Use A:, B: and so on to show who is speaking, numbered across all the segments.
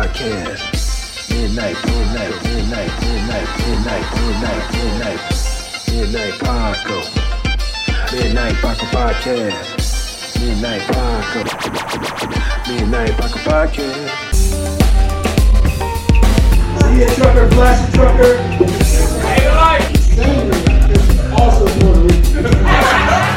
A: Podcast. Midnight, midnight, midnight, midnight, midnight, midnight, midnight, midnight, Paco. Midnight Paco Podcast. Midnight Paco. Midnight Paco Podcast. See ya, trucker, flash a trucker. Also, Puerto Rican.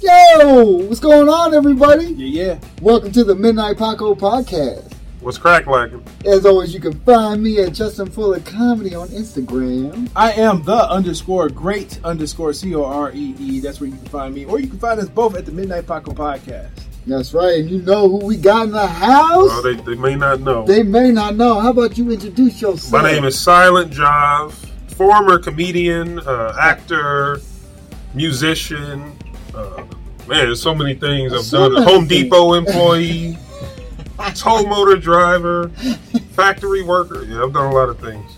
B: Yo, what's going on, everybody?
A: Yeah,
B: Welcome to the Midnight Paco podcast.
C: What's crack lacking?
B: As always, you can find me at Justin Fuller Comedy on Instagram.
D: I am the underscore great underscore C O R E E. That's where you can find me, or you can find us both at the Midnight Paco Podcast.
B: That's right, and you know who we got in the house?
C: Oh, they, they may not know.
B: they may not know. How about you introduce yourself?
C: My name is Silent Jive, former comedian, uh, actor, musician. Uh, man, there's so many things I've
B: So
C: done.
B: many
C: Home
B: things.
C: Depot employee, tow motor driver, factory worker. Yeah, I've done a lot of things.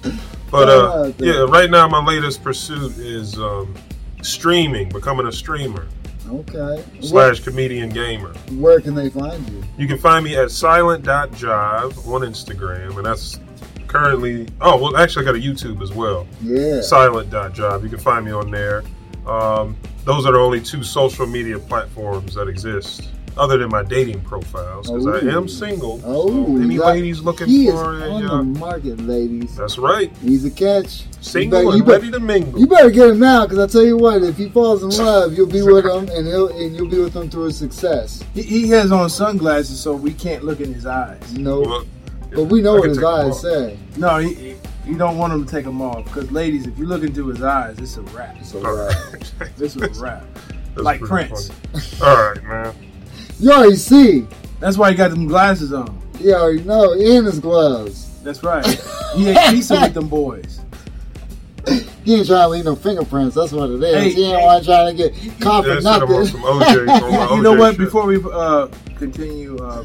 C: But uh,
B: God,
C: yeah, right now my latest pursuit is um, streaming, becoming a streamer
B: Okay. Where,
C: slash comedian gamer.
B: where can they find you?
C: You can find me at silent.jive on Instagram, and that's currently. Oh, well, actually, I got a YouTube as well.
B: Yeah.
C: Silent.jive. You can find me on there. Um, those are the only two social media platforms that exist, other than my dating profiles, because I
B: Ooh.
C: am single.
B: Oh,
C: so any
B: that-
C: ladies looking
B: He is
C: for a.
B: on
C: Uh,
B: the market, ladies.
C: that's right.
B: He's a catch.
C: Single
B: you
C: and
B: better,
C: ready
B: you,
C: to
B: better,
C: mingle.
B: you better get him now, because I tell you what, if he falls in love, you'll be with him, and he'll and you'll be with him through his success.
D: He, he has on sunglasses, so we can't look in his eyes.
B: You know.
C: Well,
B: But we know
C: I
B: what
C: can
B: his
C: take a walk.
B: eyes say.
D: No, he, he- you don't want him to take them off, because ladies, if you look into his eyes, it's a wrap.
B: So,
C: All
B: uh,
C: right.
D: It's a wrap.
C: That's
D: Like
C: pretty
D: Prince.
C: funny. All right, man.
B: you already see.
D: That's why he got them glasses on.
B: You already know. And his gloves.
D: That's right. He ate pizza with them boys.
B: He ain't trying to leave no fingerprints. That's what it is.
D: Hey,
B: he ain't
D: hey.
B: want trying to get caught
C: Yeah,
B: for
C: I said I'm on some
B: nothing.
C: OJ. on my
D: You know
C: OJ
D: what?
C: shit.
D: Before we uh, continue, uh,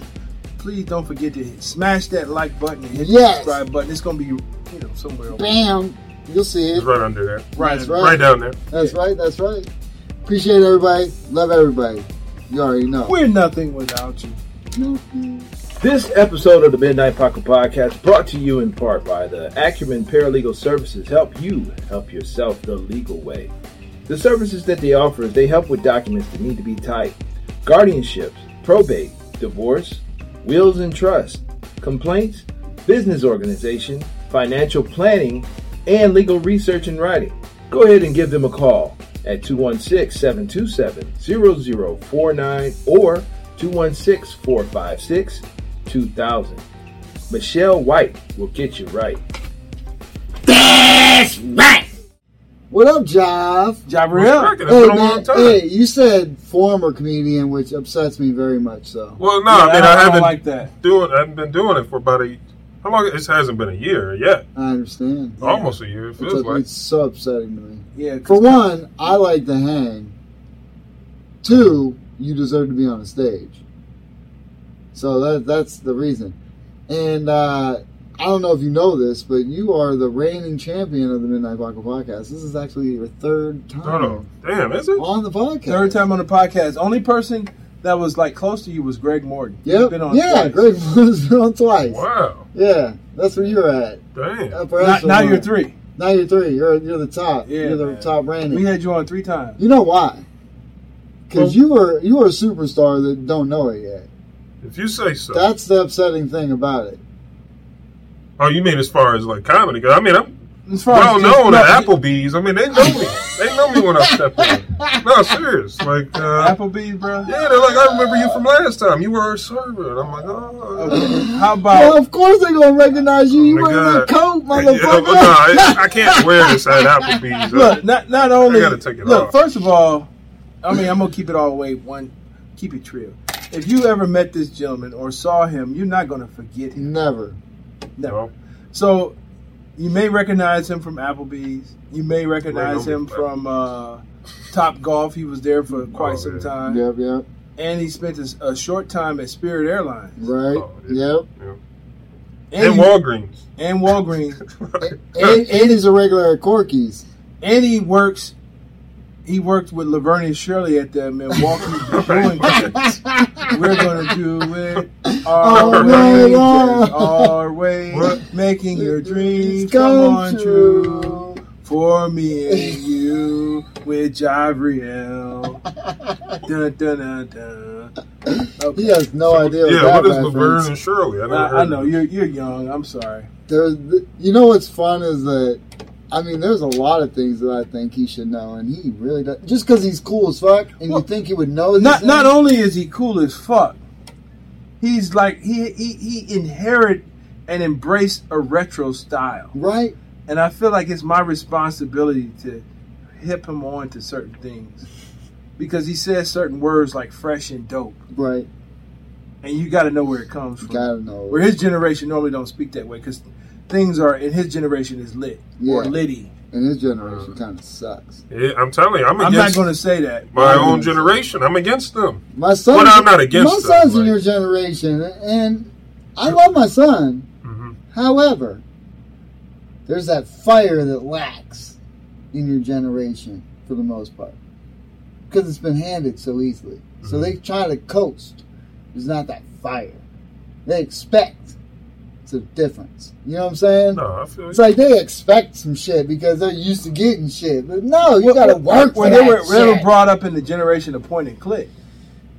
D: please don't forget to hit, smash that like button and hit
B: Yes.
D: the subscribe button. It's gonna be you know somewhere over
B: Bam. You'll see it.
C: It's right under there.
D: Right,
B: That's
D: that's
B: right.
D: right.
C: Right down there.
B: That's right. That's right. Appreciate everybody. Love everybody. You already know.
D: We're nothing without you.
E: This episode of the Midnight Pocket Podcast brought to you in part by the Acumen Paralegal Services help you help yourself the legal way. The services that they offer is they help with documents that need to be typed, guardianships, probate, divorce, wills and trust, complaints, business organization, financial planning, and legal research and writing. Go ahead and give them a call at 216 727 0049 or 216 456 2000. Michelle White will get you right.
B: What up, Jive?
D: Jabril.
C: Cracking, it's been a
B: man,
C: long time.
B: hey, you said former comedian, which upsets me very much. So
C: Well, no,
D: Yeah,
C: I mean,
D: don't-
C: I,
D: don't
C: haven't
D: like that.
C: doing. I've been doing it for about a. How long? It hasn't been a year yet.
B: I understand.
C: Almost a year. It
B: It's,
C: feels like.
B: it's so upsetting to me.
D: Yeah, 'cause
B: For one, I like to hang. Two, you deserve to be on a stage. So that that's the reason. And uh, I don't know if you know this, but you are the reigning champion of the Midnight Blanco podcast. This is actually your third time
C: Hold on. Damn, is it?
B: on the podcast.
D: third time on the podcast. Only person that was like close to you was Greg Morgan. He's
B: Yep.
D: been on
B: yeah,
D: twice.
B: Greg has been on twice.
C: Wow.
B: Yeah, that's where you're at.
C: Damn.
B: Upper
D: Now, now
B: echelon.
D: you're three.
B: uh, Now you're three. You're you're the top.
D: Yeah,
B: you're the
D: man.
B: top reigning.
D: We had you on three times.
B: You know why?
C: Well-
B: Because you were you were a superstar that don't know it yet.
C: If you say so.
B: That's the upsetting thing about it.
C: oh, you mean as far as like comedy? 'Cause I mean, I'm
D: As far
C: well
D: as just-
C: known
D: no,
C: at Applebee's. I mean, they know me. they know me when I step in. No, serious. Like, uh,
D: Applebee's, bro.
C: yeah, they're like, I remember you from last time. You were our server, and I'm like, oh.
D: Okay. How
B: well,
D: about
B: of course they're gonna recognize you.
C: Oh,
B: You
C: my
B: wearing that
C: God.
B: coat,
C: Yeah, oh but
B: motherfucker.
C: no, I, I can't wear this at Applebee's. uh,
D: look? Not not only
C: gotta take it
D: look.
C: off.
D: First of all, I mean I'm gonna keep it all the way one. Keep it real. If you ever met this gentleman or saw him, you're not gonna forget him.
B: Never.
D: Never.
C: No.
D: So you may recognize him from Applebee's. You may recognize
C: Right, no,
D: him
C: but-
D: from uh, Top Golf. He was there for quite
C: Oh,
D: some
C: yeah.
D: time,
B: Yep, yep.
D: and he spent a, s- a short time at Spirit Airlines
B: Right.
C: Oh, yeah.
B: Yep.
D: and
C: And
D: he-
C: Walgreens.
D: and Walgreens,
B: And, and he's a regular at Corky's.
D: and he works he worked with Laverne and Shirley at the Milwaukee Brewing Company. We're gonna do it our
C: All
D: way,
C: right.
D: just our way,
C: What?
D: making your dreams come
B: Come
D: on
B: true.
D: true for me and you with Javriel. Dun dun dun dun.
B: He
D: Okay.
B: has no idea.
C: yeah,
B: what
C: what
B: that
C: is Laverne
B: reference-
C: and Shirley? I, never
D: I, I
C: heard
D: know
C: of it.
D: you're you're young. I'm sorry.
B: there's th- you know what's fun is that I mean there's a lot of things that I think he should know and he really does just because he's cool as fuck and
D: Well,
B: you think he would know these
D: Not
B: things,
D: not only is he cool as fuck, he's like he he, he inherit and embraced a retro style.
B: right
D: and I feel like it's my responsibility to hip him on to certain things because he says certain words like fresh and dope,
B: right
D: and you got to know where it comes
B: you
D: from.
B: gotta know
D: Where his generation normally don't speak that way because things are in his generation is lit or
B: Yeah.
D: litty.
B: and his
C: Uh,
B: generation kind of sucks
C: Yeah, I'm telling you, I'm
D: I'm not
C: against
D: going to say that.
C: my
B: I'm
C: own
B: against it.
C: generation. I'm against them.
B: my son
C: But I'm not against
B: my
C: them,
B: son's in
C: like-
B: your generation and I love my son
C: hmm
B: however there's that fire that lacks in your generation for the most part because it's been handed so easily.
D: Mm-hmm.
B: So they try to coast. There's not that fire. They expect it's a difference. You know what I'm saying?
C: No, I feel you.
B: It's like they expect some shit because they're used to getting shit. But no, you gotta work for
D: when
B: that
D: they were, they were
B: shit.
D: brought up in the generation of point and click.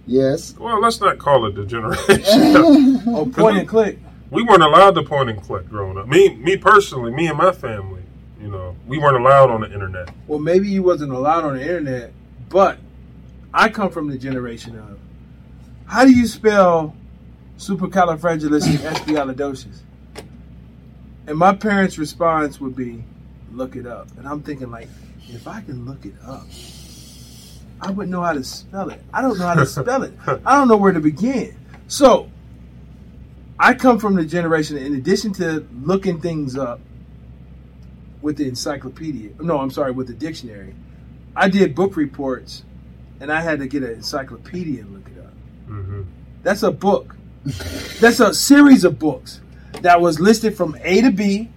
B: yes.
C: Well, let's not call it the generation.
B: yeah,
D: Oh, point and click.
C: we weren't allowed to point and click growing up. Me, me personally, me and my family, you know, we weren't allowed on the internet.
D: Well, maybe you wasn't allowed on the internet, but I come from the generation of. How do you spell supercalifragilisticexpialidocious? And my parents' response would be, "Look it up." And I'm thinking, like, if I can look it up, I would know how to spell it. I don't know how to spell it. I don't know where to begin. So, I come from the generation. In addition to looking things up, with the encyclopedia. No, I'm sorry, with the dictionary. I did book reports, and I had to get an encyclopedia and look it up.
C: Mm-hmm.
D: That's a book. That's a series of books that was listed from A to B,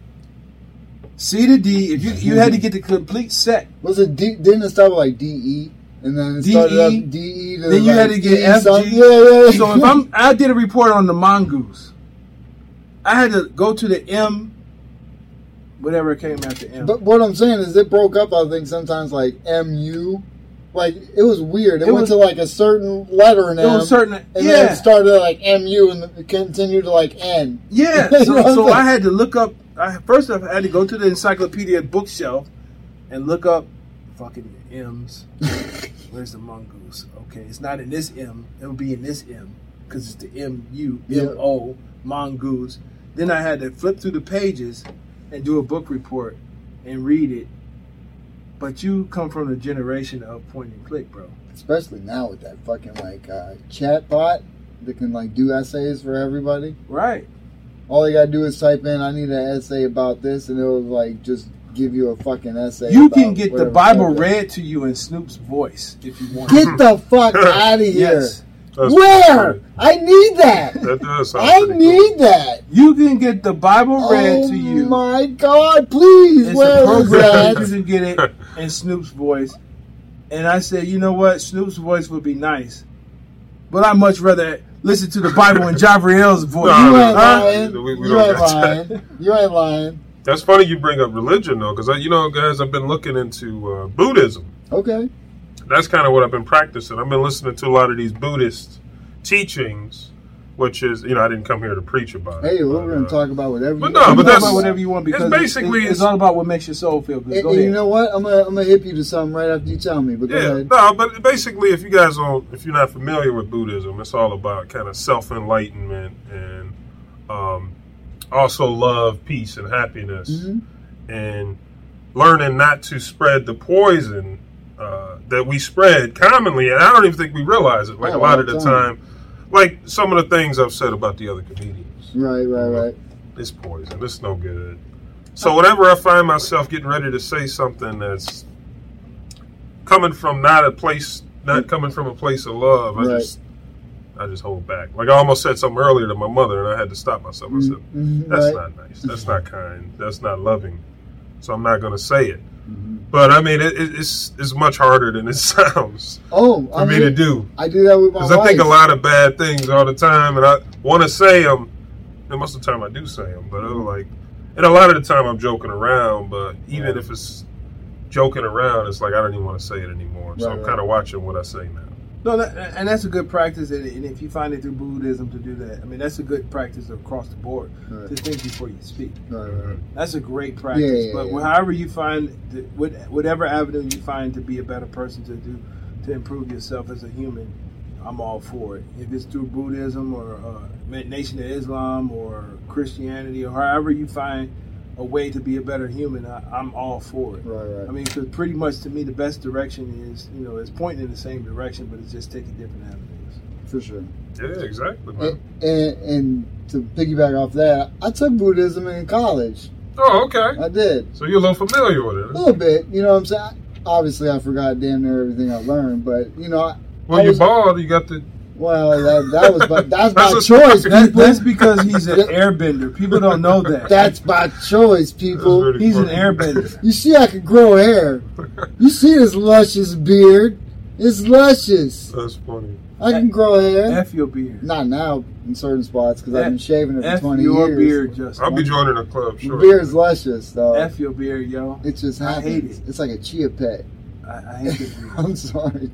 D: C to D. If you you had to get the complete set,
B: was it D, didn't it start with like D E and then it started
D: DE?
B: up D E.
D: then you had to get FG.
B: Yeah, yeah, yeah.
D: So if I'm, I did a report on the mongoose. I had to go to the M, whatever came after M.
B: But what I'm saying is, it broke up. I think sometimes like mu, like it was weird. It,
D: It
B: went
D: was-
B: to like a certain letter in
D: it was
B: M,
D: certain.
B: and
D: yeah.
B: then it started at, like mu and it continued to like n.
D: Yeah,
B: You know
D: so,
B: what I'm
D: so
B: saying?
D: I had to look up. I first I had to go to the encyclopedia bookshelf and look up fucking M's. Where's the mongoose? Okay, it's not in this M. It'll be in this M because it's the M U
B: Yeah.
D: M O mongoose. Then I had to flip through the pages and do a book report and read it. But you come from the generation of point and click, bro.
B: Especially now with that fucking like uh, chat bot that can like do essays for everybody.
D: Right.
B: All you gotta do is type in, "I need an essay about this," and it'll like just give you a fucking essay.
D: You
B: about
D: can get the
B: whatever
D: Bible
B: subject.
D: read to you in Snoop's voice if you want.
B: Get the fuck out of here!
D: yes.
B: Where? I need that.
C: That does sound
B: I
C: pretty cool.
B: need that.
D: You can get the Bible read
B: oh
D: to you.
B: my God! Please,
D: It's
B: where
D: a
B: is
D: program. You
B: that?
D: can get it in Snoop's voice. And I said, you know what? Snoop's voice would be nice, but I would much rather listen to the Bible in Javriel's voice.
C: Nah,
B: You
C: we-
B: ain't
C: Huh?
B: lying.
C: We- we
B: You
C: don't
B: ain't
C: got
B: lying. You ain't lying.
C: That's funny you bring up religion though, because you know, guys, I've been looking into uh, Buddhism.
B: Okay.
C: That's kind of what I've been practicing. I've been listening to a lot of these Buddhist teachings, which is, you know, I didn't come here to preach about it.
B: Hey, we're
C: but,
B: going
C: uh,
B: to talk about whatever.
C: But
B: you-
C: no, but
D: Talk
C: that's-
D: about whatever you want because it's
C: basically-
D: it's, it's all about what makes your soul feel good.
B: And,
D: Go
B: and
D: ahead.
B: you know what? I'm gonna I'm gonna hip you to something right after you tell me. But go
C: Yeah,
B: ahead.
C: no, but basically, if you guys don't, if you're not familiar with Buddhism, it's all about kind of self enlightenment and um, also love, peace, and happiness,
B: Mhm.
C: and learning not to spread the poison uh, that we spread commonly. And I don't even think we realize it. Like
B: Oh,
C: a lot
B: all
C: of the
B: the
C: time.
B: time.
C: like some of the things I've said about the other comedians,
B: Right, right, right.
C: it's poison. It's no good. So whenever I find myself getting ready to say something that's coming from not a place, not coming from a place of love, I
B: Right.
C: just, I just hold back. Like I almost said something earlier to my mother, and I had to stop myself. I said,
B: Mhm,
C: "That's
B: right.
C: not nice. That's not kind. That's not loving." So I'm not going to say it.
B: Mhm.
C: But I mean, it, it- it's it's much harder than it sounds
B: Oh,
C: for
B: I
C: me to
B: mean,
C: do
B: I do that with my
C: because
B: wife.
C: I think a lot of bad things all the time, and I want to say them. And most of the time, I do say them, but I'm like, and a lot of the time, I'm joking around. But even if it's joking around, it's like I don't even want to say it anymore. So
B: Right,
C: I'm
B: right.
C: kind of watching what I say now.
D: No, that, and that's a good practice, and, and if you find it through Buddhism to do that, I mean, that's a good practice across the board
B: Right,
D: to think before you speak.
B: right, right.
D: That's a great practice.
B: Yeah, yeah,
D: but
B: yeah.
D: however you find, the, what- whatever avenue you find to be a better person to do, to improve yourself as a human, I'm all for it. If it's through Buddhism or uh, Nation of Islam or Christianity or however you find a way to be a better human, I, I'm all for it.
B: right,
D: I
B: right.
D: mean, because pretty much to me, the best direction is, you know, it's pointing in the same direction, but it's just taking different avenues.
B: For sure.
C: Mm-hmm. Yeah, exactly. Man.
B: And, and, and to piggyback off that, I took Buddhism in college.
C: Oh, okay.
B: I did.
C: So you're a little familiar with
B: A
C: it.
B: little bit. You know what I'm saying? Obviously, I forgot damn near everything I learned, but, you know, I,
C: Well, you
B: was-
C: bald. You got the
B: well, that, that was by, that's by
C: That's a-
B: choice,
D: That,
B: people.
D: that's because he's an airbender. People don't know that.
B: That's by choice, people.
C: That's really
D: he's an
C: funny.
D: airbender.
B: You see, I can grow hair. You see this luscious beard. It's luscious.
C: That's funny.
B: I can grow hair.
D: F your beard.
B: Not now in certain spots because I've been
D: F-
B: shaving it for
D: F
B: 20
D: your
B: years.
D: beard, Justin.
C: I'll be joining a club.
B: The
C: Sure.
B: beard's luscious, though.
D: F your beard, yo.
B: it just
D: I
B: happens.
D: hate it.
B: It's like a chia pet.
D: I, I hate this beard.
B: I'm sorry.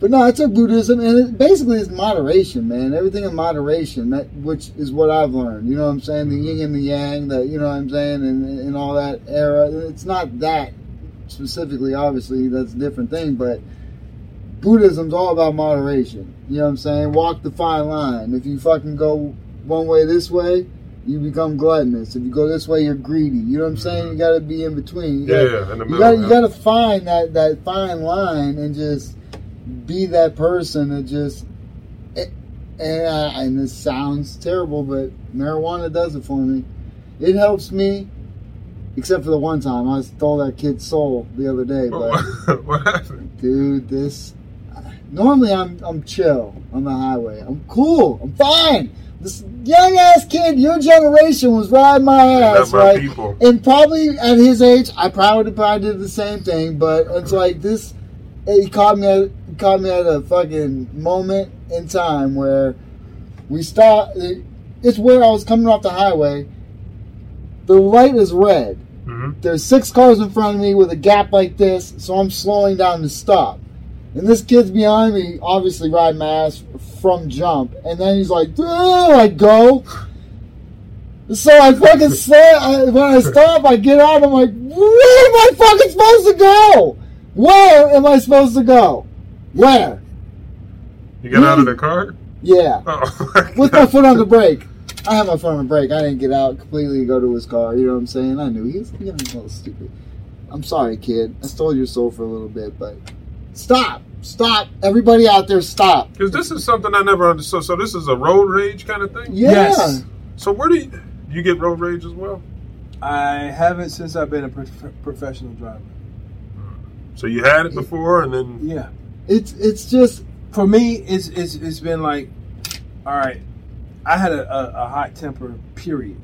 B: But no, I took Buddhism, and it, basically it's moderation, man. Everything in moderation, that, which is what I've learned. You know what I'm saying? The yin and the yang, the you know what I'm saying, and, and all that era. It's not that specifically, obviously. That's a different thing, but Buddhism's all about moderation. You know what I'm saying? Walk the fine line. If you fucking go one way this way, you become gluttonous. If you go this way, you're greedy. You know what I'm saying? You got to be in between. You
C: Yeah,
B: gotta-
C: yeah, in the
B: you
C: middle.
B: gotta you
C: yeah.
B: gotta find that that fine line and just be that person that just and I, and this sounds terrible but marijuana does it for me it helps me except for the one time i stole that kid's soul the other day but
C: What, Oh, what happened?
B: dude this normally i'm i'm chill on the highway i'm cool i'm fine this young ass kid your generation was riding my
C: Not
B: ass
C: my
B: right
C: people.
B: and probably at his age, I probably probably did the same thing. But it's like this, it caught me at it caught me at a fucking moment in time where we stop. It, it's where I was coming off the highway. The light is red.
C: hmm
B: There's six cars in front of me with a gap like this, so I'm slowing down to stop. And this kid's behind me, obviously riding my ass from jump. And then he's like, "Duh," I go. So I fucking stop. I, when I stop, I get out. I'm like, where am I fucking supposed to go? Where am I supposed to go? Where?
C: You got out of the car?
B: Yeah.
C: Oh,
B: With my foot on the brake. I had my foot on the brake. I didn't get out completely to go to his car. You know what I'm saying? I knew he was young and a little stupid. I'm sorry, kid. I stole your soul for a little bit, but stop. Stop. Everybody out there, stop.
C: Because this is something I never understood. So this is a road rage kind of thing.
B: Yeah.
D: Yes.
C: So where do you, do you get road rage as well?
D: I haven't since I've been a prof- professional driver.
C: So you had it before, and then
D: Yeah.
B: It's it's just
D: For me, it's it's, it's been like, all right, I had a, a, a hot temper, period.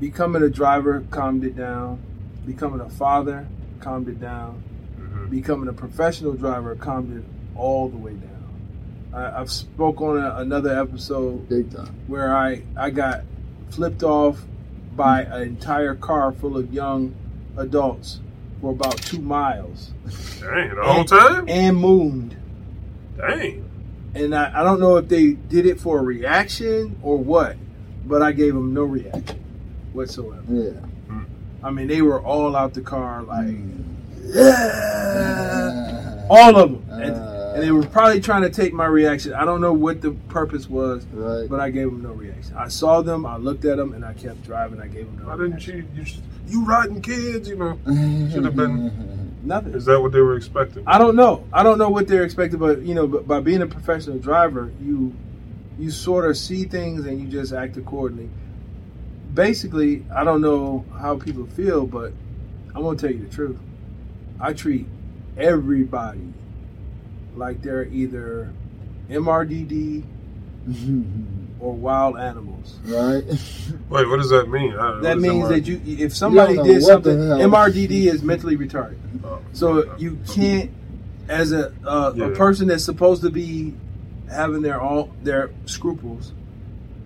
D: Becoming a driver calmed it down. Becoming a father calmed it down.
C: Mhm.
D: becoming a professional driver calmed it all the way down. I, I've spoke on a, another episode
B: big time.
D: where I I got flipped off by an entire car full of young adults for about two miles
C: dang the whole time.
D: and mooned.
C: Dang.
D: And I, I don't know if they did it for a reaction or what, but I gave them no reaction whatsoever.
B: Yeah.
D: I mean, they were all out the car like,
B: Uh,
D: all of them, and,
B: Uh.
D: and they were probably trying to take my reaction. I don't know what the purpose was.
B: right.
D: But I gave him no reaction. I saw them, I looked at them, and I kept driving. I gave him no
C: Why
D: reaction.
C: didn't you? You, sh- you riding kids? You know?
B: Should
C: have been-
D: Nothing.
C: Is that what they were expecting?
D: I don't know. I don't know what they're expecting, but you know, but by being a professional driver, you you sort of see things and you just act accordingly. Basically, I don't know how people feel, but I'm gonna tell you the truth. I treat everybody like they're either MRDD, or wild animals.
B: right?
C: Wait, what does that mean? I, what
D: That
C: is
D: means
C: MRD?
D: that you, if somebody
B: know
D: did
B: what
D: something,
B: the hell.
D: MRDD is mentally retarded.
C: Oh,
D: So you can't, as a uh,
C: Yeah.
D: a person that's supposed to be having their all their scruples,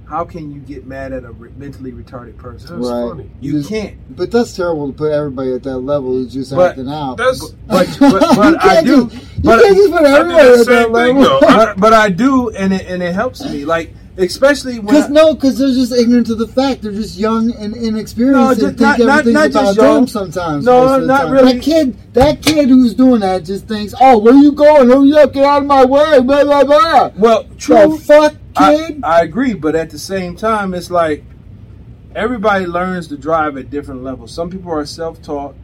D: how can you get mad at a re- mentally retarded person?
C: That's
B: Right.
C: funny.
D: You
B: Just-
D: can't.
B: But that's terrible to put everybody at that level who's just
D: But
B: acting out.
C: That's
D: But but,
B: You
D: but I
B: can't
D: do.
B: just-
D: but-
B: you can't just put
C: I do
B: everybody
C: the
B: at that
C: same thing
B: level.
C: though. I,
D: But, but I do, and it, and it helps me. Like especially when I-
B: Because no, because they're just ignorant to the fact. They're just young and
D: No,
B: inexperienced.
D: just
B: and think
D: not- not-
B: everything's
D: not
B: about
D: just
B: them
D: young.
B: sometimes.
D: No,
B: most of the
D: not
B: time.
D: really.
B: That kid, that kid who's doing that just thinks, "Oh, where you going? Hurry up! Get out of my way!" Blah blah blah.
D: well
B: The
D: true.
B: fuck,
D: I,
B: kid.
D: I agree, but at the same time, it's like everybody learns to drive at different levels. Some people are self-taught.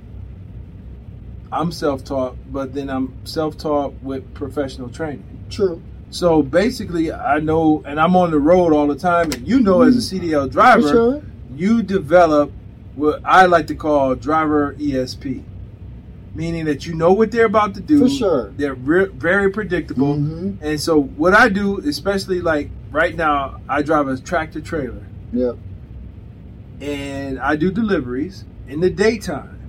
D: I'm self-taught, but then I'm self-taught with professional training.
B: True.
D: So basically, I know, and I'm on the road all the time. And you know, as a CDL
B: Mm-hmm. For
D: driver,
B: sure.
D: you develop what I like to call driver ESP, meaning that you know what they're about to do.
B: For sure.
D: they're re- very predictable.
B: Mm-hmm.
D: And so what I do, especially like right now, I drive a tractor trailer
B: Yep.
D: and I do deliveries in the daytime.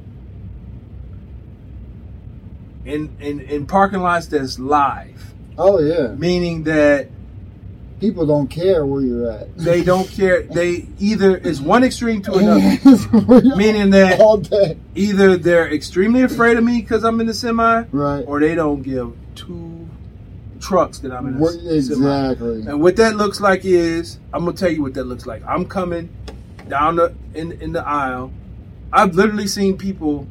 D: In, in in parking lots that's live,
B: Oh yeah.
D: meaning that
B: People don't care where you're at.
D: they don't care. They either is one extreme to another,
B: Meaning
D: meaning that
B: all day,
D: either they're extremely afraid of me because I'm in the semi,
B: right?
D: or they don't give two trucks that I'm in the
B: What-
D: semi.
B: exactly.
D: And what that looks like is, I'm gonna tell you what that looks like. I'm coming down the in in the aisle. I've literally seen people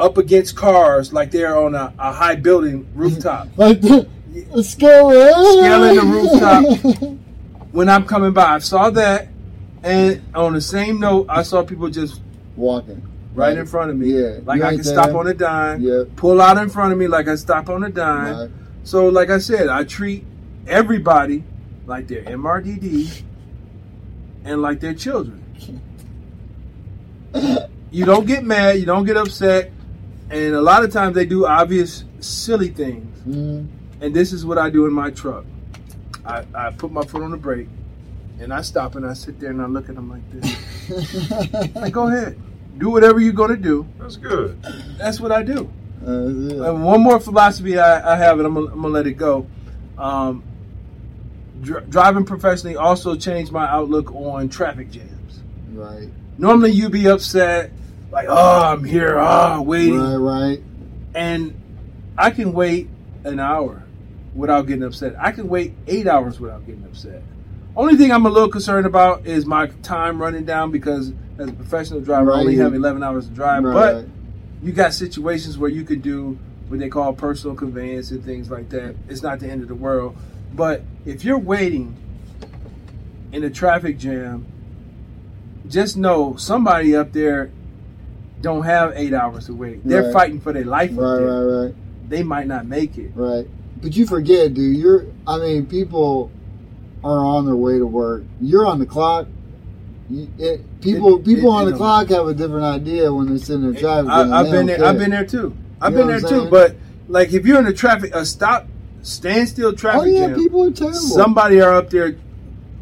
D: up against cars like they're on a, a high building rooftop.
B: Like the, the scale,
D: Scaling the rooftop. when I'm coming by, I saw that, and on the same note, I saw people just
B: Walking
D: right in front of me.
B: Yeah,
D: like
B: you
D: I
B: ain't
D: can stop
B: there.
D: on a dime.
B: Yep.
D: Pull out in front of me like I stop on a dime.
B: Right.
D: So, like I said, I treat everybody like they're MRDD and like they're children. You don't get mad, you don't get upset, and a lot of times they do obvious, silly things.
B: Mm,
D: And this is what I do in my truck I, I put my foot on the brake and I stop and I sit there and I look at them like this. Like, go ahead, do whatever you're going to do.
C: that's good.
D: That's what I do.
B: Uh, yeah.
D: And one more philosophy I, I have, and I'm gonna, I'm gonna let it go. Um, dr- driving professionally also changed my outlook on traffic jams.
B: right,
D: Normally, you be upset, like, "Oh, I'm here, ah, waiting,"
B: right, right.
D: and I can wait an hour without getting upset. I can wait eight hours without getting upset. Only thing I'm a little concerned about is my time running down because as a professional driver, I
B: Right.
D: only have 11 hours to drive.
B: right.
D: But you got situations where you can do what they call personal conveyance and things like that. It's not the end of the world. But if you're waiting in a traffic jam, just know somebody up there don't have eight hours to wait. They're
B: Right.
D: fighting for their life. up
B: right,
D: there.
B: right, right,
D: They might not make it.
B: right. But you forget, dude. You're. I mean, people are on their way to work. You're on the clock. You- It, people,
D: It-
B: people
D: it-
B: on the
D: you know.
B: clock have a different idea when they're sitting there driving.
D: I, I've
B: They
D: been
B: don't
D: there.
B: care.
D: I've been there too. I've
B: You know
D: been there
B: what I'm
D: too.
B: saying?
D: But like, if you're in a traffic, a stop, standstill
B: Oh
D: traffic
B: yeah,
D: jam,
B: people are terrible.
D: somebody are up there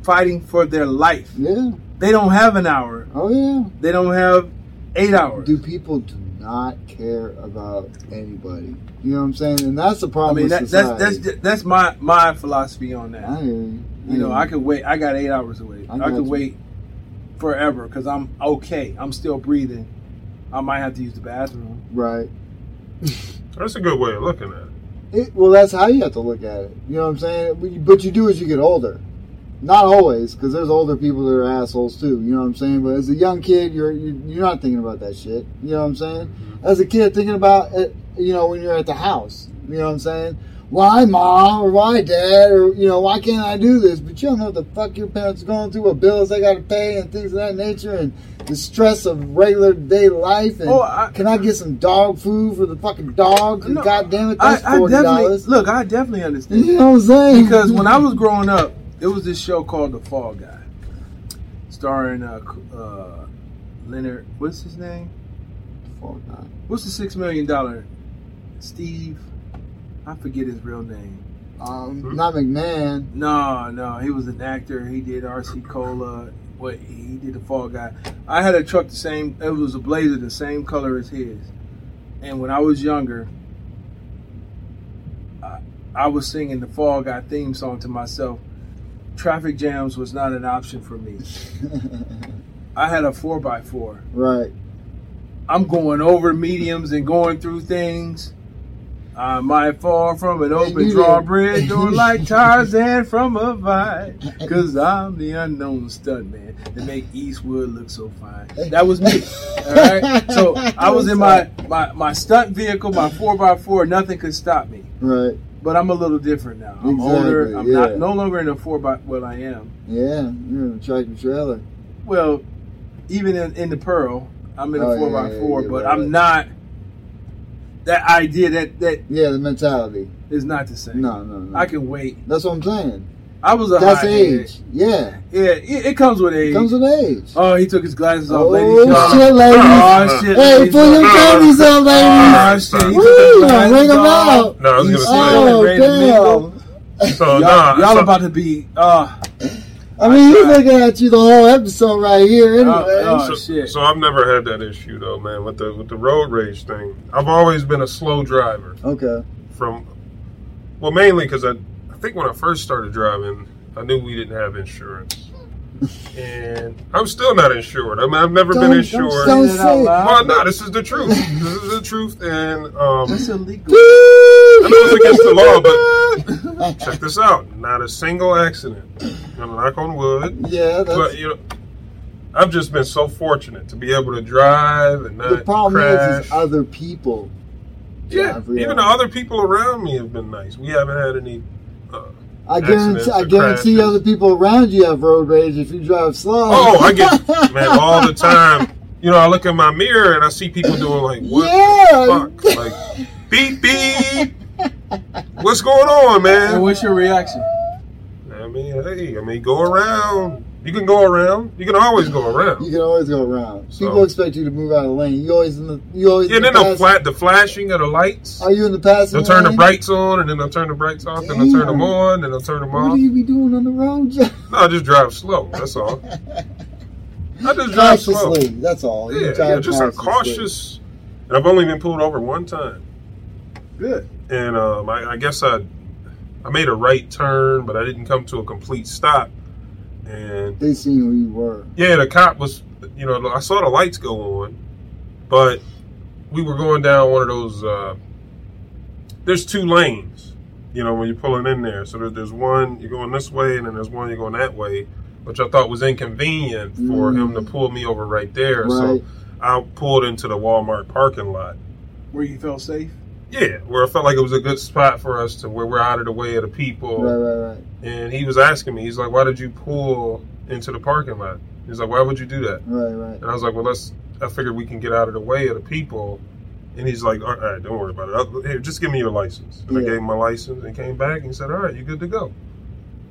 D: fighting for their life.
B: yeah.
D: They don't have an hour.
B: Oh yeah.
D: They don't have eight hours.
B: Do people do not care about anybody? You know what I'm saying? And that's the
D: I
B: problem.
D: mean,
B: with
D: that, that's
B: society.
D: that's ju- that's my my philosophy on that.
B: I hear you.
D: you know,
B: hear
D: I could wait. I got eight hours to wait.
B: I
D: I,
B: got
D: could
B: you.
D: wait forever because I'm okay. I'm still breathing. I might have to use the bathroom.
B: right.
C: That's a good way of looking at it.
B: It, well, that's how you have to look at it. You know what I'm saying? But you- But you do as you get older. Not always, because there's older people that are assholes too. You know what I'm saying? But as a young kid, you're you're you're not thinking about that shit. You know what I'm saying?
D: Mm-hmm.
B: As a kid, thinking about it, you know when you're at the house. You know what I'm saying? Why mom or why dad or you know why can't I do this? But you don't know what the fuck your parents are going through, what bills they got to pay, and things of that nature, and the stress of regular day life. And
D: Oh, I-
B: can I get some dog food for the fucking dog? And
D: No,
B: God damn it,
D: I,
B: that's
D: I
B: forty
D: definitely
B: dollars.
D: look. I definitely understand.
B: You know what I'm saying?
D: because when I was growing up, there was this show called The Fall Guy, starring uh, uh, Leonard. What's his name?
B: Fuck, nah.
D: What's the six million dollar? Steve, I forget his real name. Hmm?
B: Um, not McMahon.
D: No, no, he was an actor. He did RC Cola. What he did the Fall Guy. I had a truck the same. It was a Blazer the same color as his. And when I was younger, I, I was singing the Fall Guy theme song to myself. Traffic jams was not an option for me. I had a four x four.
B: right.
D: I'm going over mediums and going through things. I might fall from an open
B: you
D: drawbridge
B: did.
D: or like Tarzan from a vine. Cause I'm the unknown stuntman that make Eastwood look so fine. That was me. Alright? So I was in my, my, my stunt vehicle, my four x four, nothing could stop me.
B: Right.
D: But I'm a little different now. I'm older.
B: Exactly,
D: I'm not
B: yeah.
D: no longer in a four by well I am.
B: Yeah. You're in a tractor trailer.
D: Well, even in, in the Pearl, I'm in a
B: Oh,
D: four
B: yeah,
D: by
B: yeah,
D: four,
B: yeah,
D: but
B: right.
D: I'm not. That idea that that
B: Yeah, the mentality.
D: is not the same.
B: No, no, no.
D: I can wait.
B: That's what I'm saying.
D: I was a
B: That's
D: high
B: age. Yeah.
D: Yeah, it, it comes with age.
B: It comes with age.
D: oh, he took his glasses off,
B: Oh,
D: ladies. y'all.
B: shit, ladies.
D: Oh, shit,
B: Hey,
D: ladies.
B: pull your panties up, ladies.
D: Oh, shit. he took his
B: Woo!
D: glasses
B: Ring them
D: off.
B: out.
C: No, I was
D: You
C: gonna
D: said-
C: say.
B: Oh,
D: Ready to mingle?
B: damn.
C: So
D: Y'all,
C: Oh, nah,
D: y'all
C: so-
D: about to be. Uh,
B: I mean, he's
D: Uh,
B: looking at you the whole episode right here, anyway.
D: uh,
C: so,
D: shit.
C: so I've never had that issue though, man. With the with the road rage thing, I've always been a slow driver.
D: oh.
B: okay.
C: From well, mainly because I I think when I first started driving, I knew we didn't have insurance, and I'm still not insured. I mean, I've never
B: Don't-
C: been
B: don't
C: insured.
B: Don't
D: Say that out
B: say it.
D: loud.
C: Well, no, this is the truth. this is the truth, and um,
D: that's illegal.
C: I know it's against the law, but check this out. Not a single accident. I'm gonna knock on wood.
B: Yeah, that's
C: But you know, I've just been so fortunate to be able to drive and not
B: the problem
C: crash.
B: is, is other people.
C: yeah,
B: drive, yeah.
C: even the other people around me have been nice. We haven't had any. Uh,
B: I
C: Accidents
B: guarantee, I
C: or
B: guarantee
C: crashes.
B: other people around you have road rage if you drive slow.
C: oh, I get man all the time. You know, I look in my mirror and I see people doing like what
B: Yeah.
C: the fuck, like beep beep. What's going on, man?
D: And what's your reaction?
C: I mean, hey, I mean, go around. You can go around. You can always go
B: You
C: around.
B: can always go around.
C: So-
B: People expect you to move out of the lane. You always in the you always.
C: Yeah,
B: in
C: and
B: the
C: then the
B: pass-
C: flat, the flashing of the lights.
B: Are you in the passing?
C: They'll turn the
B: lane?
C: brights on, and then they'll turn the brights off, and they'll turn
B: Mm-hmm.
C: them
B: Damn.
C: on, and they'll turn them
B: What
C: off.
B: do you be doing on the road? John?
C: No, I just drive slow. That's all. I just drive slow.
B: Cautiously. That's all. You
C: Yeah,
B: drive
C: yeah, just a
B: cautiously.
C: cautious. And I've only been pulled over one time,
D: Good.
C: and um, I, I guess I, I made a right turn, but I didn't come to a complete stop, and
B: They seen who you were.
C: Yeah, the cop was, you know, I saw the lights go on, but we were going down one of those. Uh, there's two lanes, you know, when you're pulling in there. So there, there's one you're going this way, and then there's one you're going that way, which I thought was inconvenient for
B: Mm.
C: him to pull me over right there.
B: Right.
C: So I pulled into the Walmart parking lot.
D: Where you felt safe?
C: Yeah, where I felt like it was a good spot for us to where we're out of the way of the people
B: Right. Right. Right.
C: and he was asking me, he's like, "Why did you pull into the parking lot?" He's like, "Why would you do that?"
B: Right. Right.
C: And I was like, "Well, let's." I figured we can get out of the way of the people. And he's like, "All right, don't worry about it. I'll- Here, just give me your license." And I
B: Yeah.
C: gave him my license and came back and he said, "All right, you're good to go."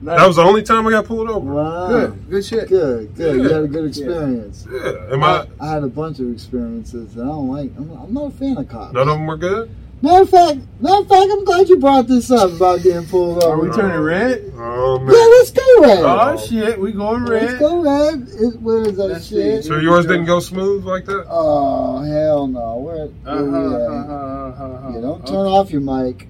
D: Nice.
C: That was the only time I got pulled over.
B: Wow.
D: good. Good shit.
B: Good, good. You
C: Yeah.
B: had a good experience.
C: Yeah, am
B: I,
C: I?
B: I had a bunch of experiences that I don't like. I'm, I'm not a fan of cops.
C: None of them were good.
B: Matter of fact, matter of fact, I'm glad you brought this up about getting pulled
D: Are we
B: over.
D: turning red?
C: Oh
B: Yeah,
C: man.
B: let's go red.
D: Oh shit, we going
B: let's
D: red.
B: go red. It, where is that
D: Let's
B: shit?
D: see.
C: So yours didn't go smooth like that.
B: Oh hell no. Where? where
D: Uh-huh,
B: we at?
D: uh-huh, uh-huh, uh-huh.
B: Yeah, don't turn off your mic.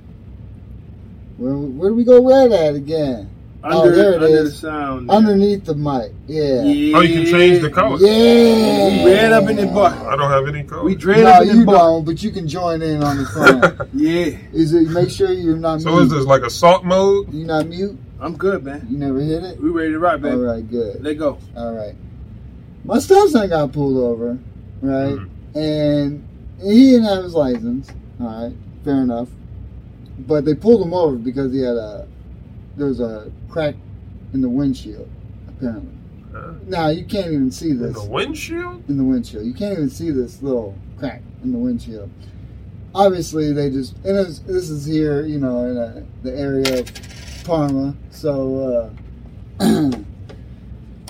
B: Where, where do we go red at again?
D: Under,
B: Oh, there it
D: under
B: is.
D: the sound.
B: Underneath the mic. Yeah.
C: Oh, you can change the color.
B: Yeah.
D: We red up in the bar.
C: I don't have any color.
D: We dread
B: No,
D: up in
B: you
D: the bar.
B: don't, but you can join in on the phone.
D: Yeah,
B: Is it make sure you're not
C: so
B: mute?
C: is this like assault mode?
B: You not mute?
D: I'm good, man.
B: You never hit it?
D: We ready to rock,
B: All
D: baby.
B: right, good.
D: Let go.
B: All right. My stepson got pulled over, right?
C: Mm-hmm.
B: And he didn't have his license. All right, fair enough. But they pulled him over because he had a there was a crack in the windshield, apparently.
C: Huh?
B: Now you can't even see
C: In
B: this
C: the windshield?
B: in the windshield. You can't even see this little crack in the windshield. Obviously, they just and it was, this is here, you know, in uh the area of Parma. So uh,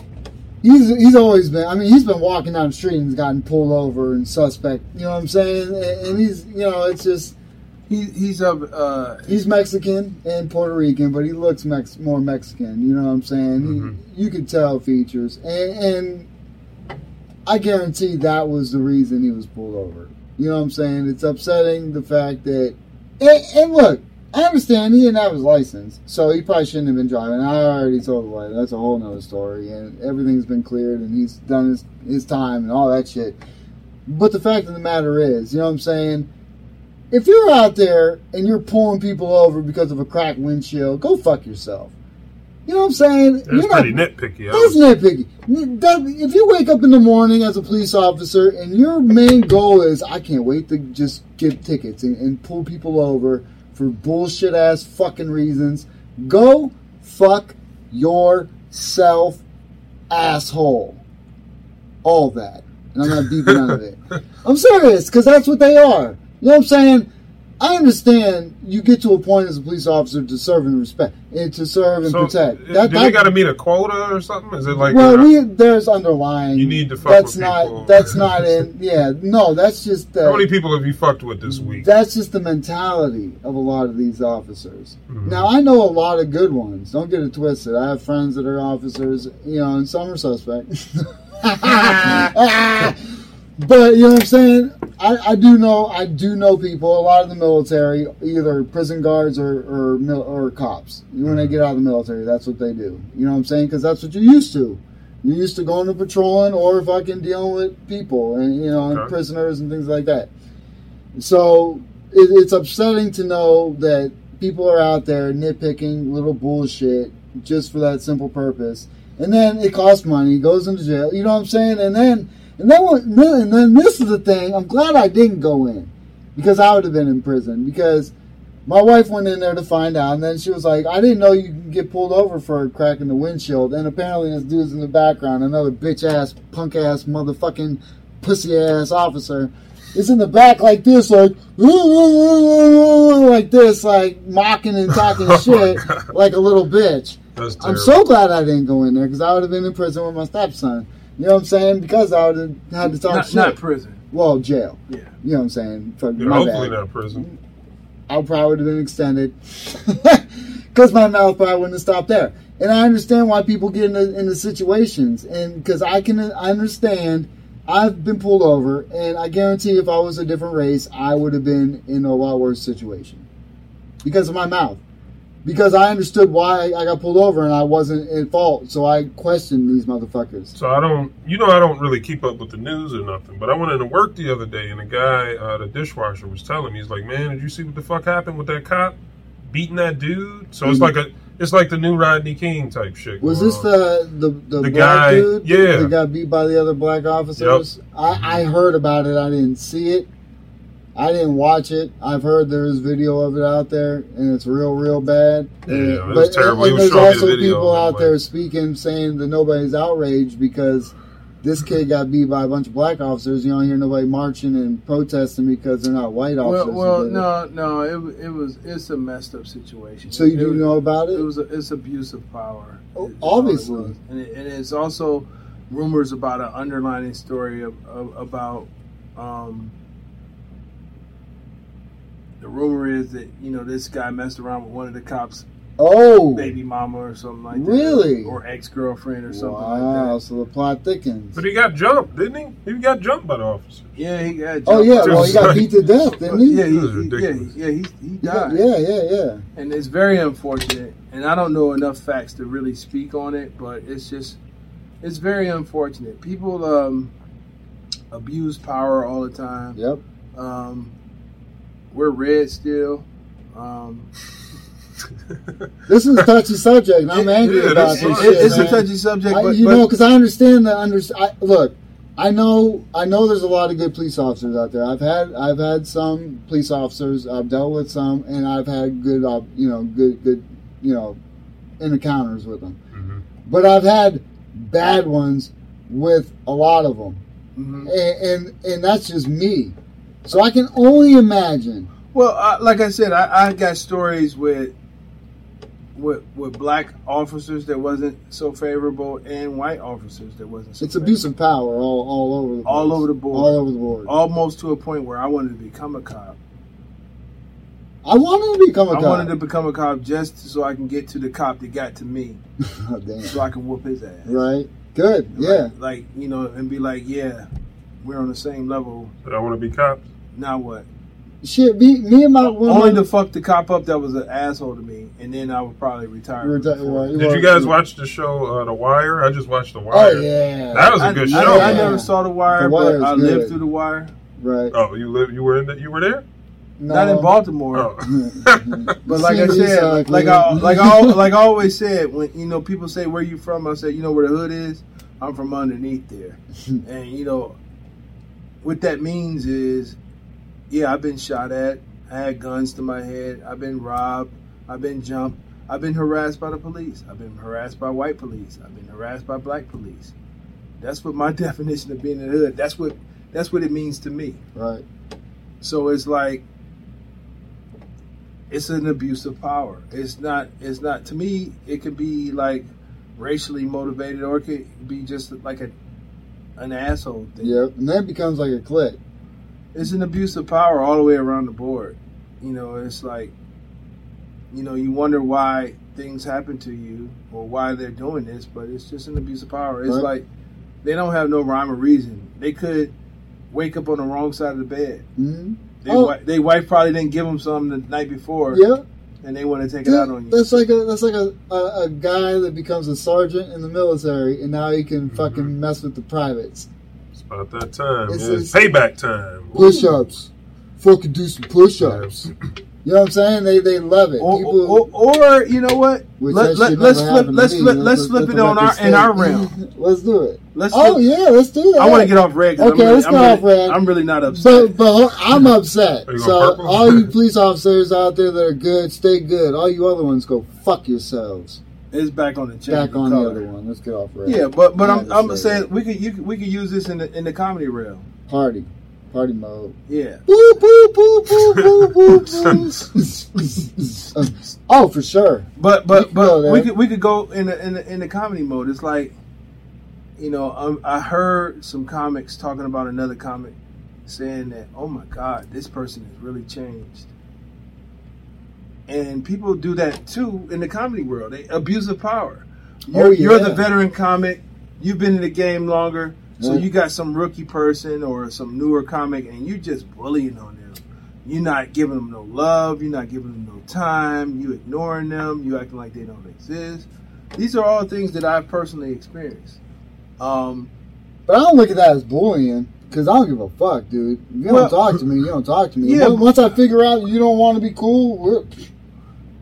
B: he's he's always been. I mean, he's been walking down the street and he's gotten pulled over and suspect. You know what I'm saying? And, and he's you know, it's just.
D: He, he's of uh,
B: He's Mexican and Puerto Rican, but he looks Mex- more Mexican. You know what I'm saying? He-
C: Mhm.
B: you can tell features, and, and I guarantee that was the reason he was pulled over. You know what I'm saying? It's upsetting the fact that, and, and look, I understand he didn't have his license, so he probably shouldn't have been driving. I already told the lady that's a whole nother story, and everything's been cleared, and he's done his, his time and all that shit. But the fact of the matter is, you know what I'm saying? If you're out there and you're pulling people over because of a cracked windshield, go fuck yourself. You know what I'm saying?
C: It's
B: You're not-
C: pretty nitpicky. I
B: that's
C: was-
B: nitpicky. That- if you wake up in the morning as a police officer and your main goal is, I can't wait to just give tickets and, and pull people over for bullshit ass fucking reasons, go fuck yourself, asshole. All that. And I'm not deeping out of it. I'm serious, because that's what they are. You know what I'm saying? I understand you get to a point as a police officer to serve and respect and to serve and
C: So, uh,
B: protect.
C: do they got to meet a quota or something? Is it like
B: well,
C: uh,
B: we, there's underlying.
C: You need to fuck
B: That's
C: with
B: not.
C: people.
B: That's not in. Yeah, no, that's just the.
C: how many people have you fucked with this week?
B: That's just the mentality of a lot of these officers.
C: Mhm.
B: Now I know a lot of good ones. Don't get it twisted. I have friends that are officers, you know, and some are suspect. Ah, but you know what I'm saying? I, I do know I do know people. A lot of the military, either prison guards or or, mil- or cops. When they get out of the military, that's what they do. You know what I'm saying? Because that's what you're used to. You're used to going to patrolling or fucking dealing with people and you know and
C: Okay.
B: prisoners and things like that. So it, it's upsetting to know that people are out there nitpicking little bullshit just for that simple purpose. And then it costs money, goes into jail. You know what I'm saying? And then and then what- and then this is the thing. I'm glad I didn't go in because I would have been in prison because my wife went in there to find out, and then she was like, "I didn't know you can get pulled over for cracking the windshield." And apparently, this dude's in the background, another bitch ass, punk ass, motherfucking pussy ass officer, is in the back like this, like like this, like mocking and talking
C: Oh,
B: shit,
C: my God.
B: like a little bitch.
C: That's terrible.
B: I'm so glad I didn't go in there because I would have been in prison with my stepson. You know what I'm saying? Because I would have had to talk
D: not,
B: shit.
D: not prison.
B: well, jail.
D: Yeah.
B: You know what I'm saying? Fuck,
C: Yeah,
B: my
C: hopefully
B: bad.
C: not prison.
B: I probably would have been extended because my mouth probably wouldn't have stopped there. And I understand why people get into, into situations, and because I can, I understand. I've been pulled over, and I guarantee if I was a different race, I would have been in a lot worse situation because of my mouth. Because I understood why I got pulled over and I wasn't at fault, so I questioned these motherfuckers.
C: So I don't, you know, I don't really keep up with the news or nothing. But I went into work the other day, and the guy, uh, the dishwasher, was telling me, he's like, "Man, did you see what the fuck happened with that cop beating that dude?" So it's
B: Mhm.
C: like a, it's like the new Rodney King type shit.
B: Was
C: going
B: this
C: on.
B: the the, the,
C: The
B: black
C: guy-
B: dude
C: yeah.
B: that got beat by the other black officers? I, I heard about it. I didn't see it. I didn't watch it. I've heard there's video of it out there, and it's real, real bad.
C: Yeah,
B: And-
C: it was terrible. He
B: And there's
C: was showing me the
B: also
C: video,
B: people
C: and I'm
B: out
C: like-
B: there speaking, saying that nobody's outraged because this kid got beat by a bunch of black officers. You don't hear nobody marching and protesting because they're not white
D: Well,
B: officers. who
D: well,
B: did it.
D: no, no. It, wa- it was it's a messed up situation.
B: So you
D: It
B: do
D: was-
B: know about it?
D: It was a, it's abuse of power.
B: Oh,
D: is all it
B: obviously.
D: was. and, it, and it's also rumors about an underlining story of, of about um, the rumor is that you know this guy messed around with one of the cops'
B: oh,
D: baby mama or something like
B: Really?
D: that, or ex girlfriend or something
B: wow!
D: like that.
B: So the plot thickens.
C: But he got jumped, didn't he? He got jumped by the officer.
D: Yeah, he got.
B: Oh
D: jumped
B: yeah,
D: by-
B: well he got beat to death, didn't he?
D: Yeah, he,
C: This is
D: he- yeah,
C: ridiculous.
D: yeah, he, he
B: Yeah,
D: died.
B: yeah, yeah, yeah.
D: and it's very unfortunate and i don't know enough facts to really speak on it but it's just it's very unfortunate people um abuse power all the time
B: Yep.
D: um we're red still um
B: This is a touchy subject, and I'm angry
C: Yeah,
B: about
C: this
B: this
C: is-
B: shit.
D: it's
B: man.
D: a touchy subject
B: I-
D: but,
B: you
D: but-
B: know, because I understand the under. I, look, I know, I know. There's a lot of good police officers out there. I've had, I've had some police officers. I've dealt with some, and I've had good, uh, you know, good, good, you know, encounters with them.
D: Mm-hmm.
C: Mhm.
B: But I've had bad ones with a lot of them,
D: Mhm.
B: and and, and that's just me. So I can only imagine.
D: Well, I, like I said, I, I got stories with with with black officers that wasn't so favorable and white officers that wasn't. So
B: It's
D: favorable.
B: abuse of power all, all over the place.
D: All over the board.
B: All over the board.
D: almost to a point where I wanted to become a cop.
B: I wanted to become a
D: I
B: cop.
D: wanted to become a cop just so I can get to the cop that got to me,
B: oh, damn.
D: so I can whoop his ass.
B: Right? Good.
D: Like-
B: Yeah.
D: like you know, and be like, yeah, we're on the same level.
C: But I want to be cops.
D: Now what?
B: Shit, me, me and my
D: Only
B: woman.
D: to fuck the cop up that was an asshole to me, and then I would probably retire.
B: We're ta-
D: before-
B: right,
C: Did you guys watch the show uh, The Wire? I just watched The
B: Oh,
C: Wire.
B: yeah.
C: That was a
D: I,
C: good
D: I-
C: show.
D: I,
B: Yeah.
D: never saw The Wire,
B: The Wire
D: but
B: is
D: I
B: good.
D: lived through The Wire.
B: right.
C: Oh, you live? You were in? The, you were there?
B: No.
D: Not in Baltimore,
C: Oh.
D: but like I
B: See,
D: said,
B: exactly.
D: like I like I al- like I always said when you know people say where you from, I said you know where the hood is. I'm from underneath there, and you know what that means is, yeah, I've been shot at, I had guns to my head, I've been robbed, I've been jumped, I've been harassed by the police, I've been harassed by white police, I've been harassed by black police. That's what my definition of being in the hood. That's what that's what it means to me.
B: Right.
D: So it's like it's an abuse of power. It's not it's not to me it could be like racially motivated or it could be just like a an asshole thing.
B: Yep. And that becomes like a clique.
D: It's an abuse of power all the way around the board. You know, it's like you know, you wonder why things happen to you or why they're doing this, but it's just an abuse of power. It's
B: Right.
D: like they don't have no rhyme or reason. They could wake up on the wrong side of the bed.
B: hmm
D: They,
B: Oh.
D: wi- they wife probably didn't give them some the night before,
B: Yeah.
D: and they want to take it out on
B: Dude,
D: you.
B: that's like a that's like a, a, a guy that becomes a sergeant in the military and now he can fucking mess with the privates.
C: it's about that time.
B: It's-
C: yeah.
B: it's-
C: It's payback time. Ooh.
B: Push ups. Fucking do some push ups. You know what I'm saying? They they love it.
D: Or,
B: People
D: or, or, you know what?
B: which
D: Let,
B: that
D: let,
B: shit
D: let's
B: never
D: flip
B: happened to
D: let's
B: me.
D: flip, let's
B: let
D: flip
B: the
D: it on our
B: record
D: in our
B: state.
D: realm.
B: let's do it.
D: Let's.
B: Oh
D: flip-
B: yeah, let's do that.
D: I want to get off red. 'cause
B: Okay,
D: I'm really,
B: let's
D: I'm
B: go
D: really,
B: off red.
D: I'm really not
B: But,
D: upset.
B: but I'm upset.
C: Are you going
B: So
C: purple?
B: all you police officers out there that are good, stay good. All you other ones, go fuck yourselves.
D: it's back on the change
B: Back
D: of
B: on the
D: color.
B: other one. Let's get off red.
D: Yeah, but but I'm
B: Yeah,
D: I'm
B: that's
D: saying
B: right.
D: we could you could, we could use this in the in the comedy realm.
B: Party, party mode.
D: Yeah.
B: Boop, boop, boop, boop, boop, boop, boop. oh, for sure.
D: But
B: We
D: but
B: can go
D: but
B: there.
D: we could we could go in the, in the, in the comedy mode. It's like, you know, um, I heard some comics talking about another comic saying that, oh my God, this person has really changed. And people do that too in the comedy world. They abuse of power. You're,
B: Oh,
D: you're
B: yeah.
D: the veteran comic. You've been in the game longer, so
B: Yeah.
D: you got some rookie person or some newer comic, and you just bullying on them. You're not giving them no love. You're not giving them no time. You ignoring them. You acting like they don't exist. These are all things that I've personally experienced. Um,
B: But I don't look at that as bullying because I don't give a fuck, dude. If you
D: Well-
B: don't talk to me, you don't talk to me.
D: Yeah,
B: Once- Once I figure out you don't want to be cool, we're,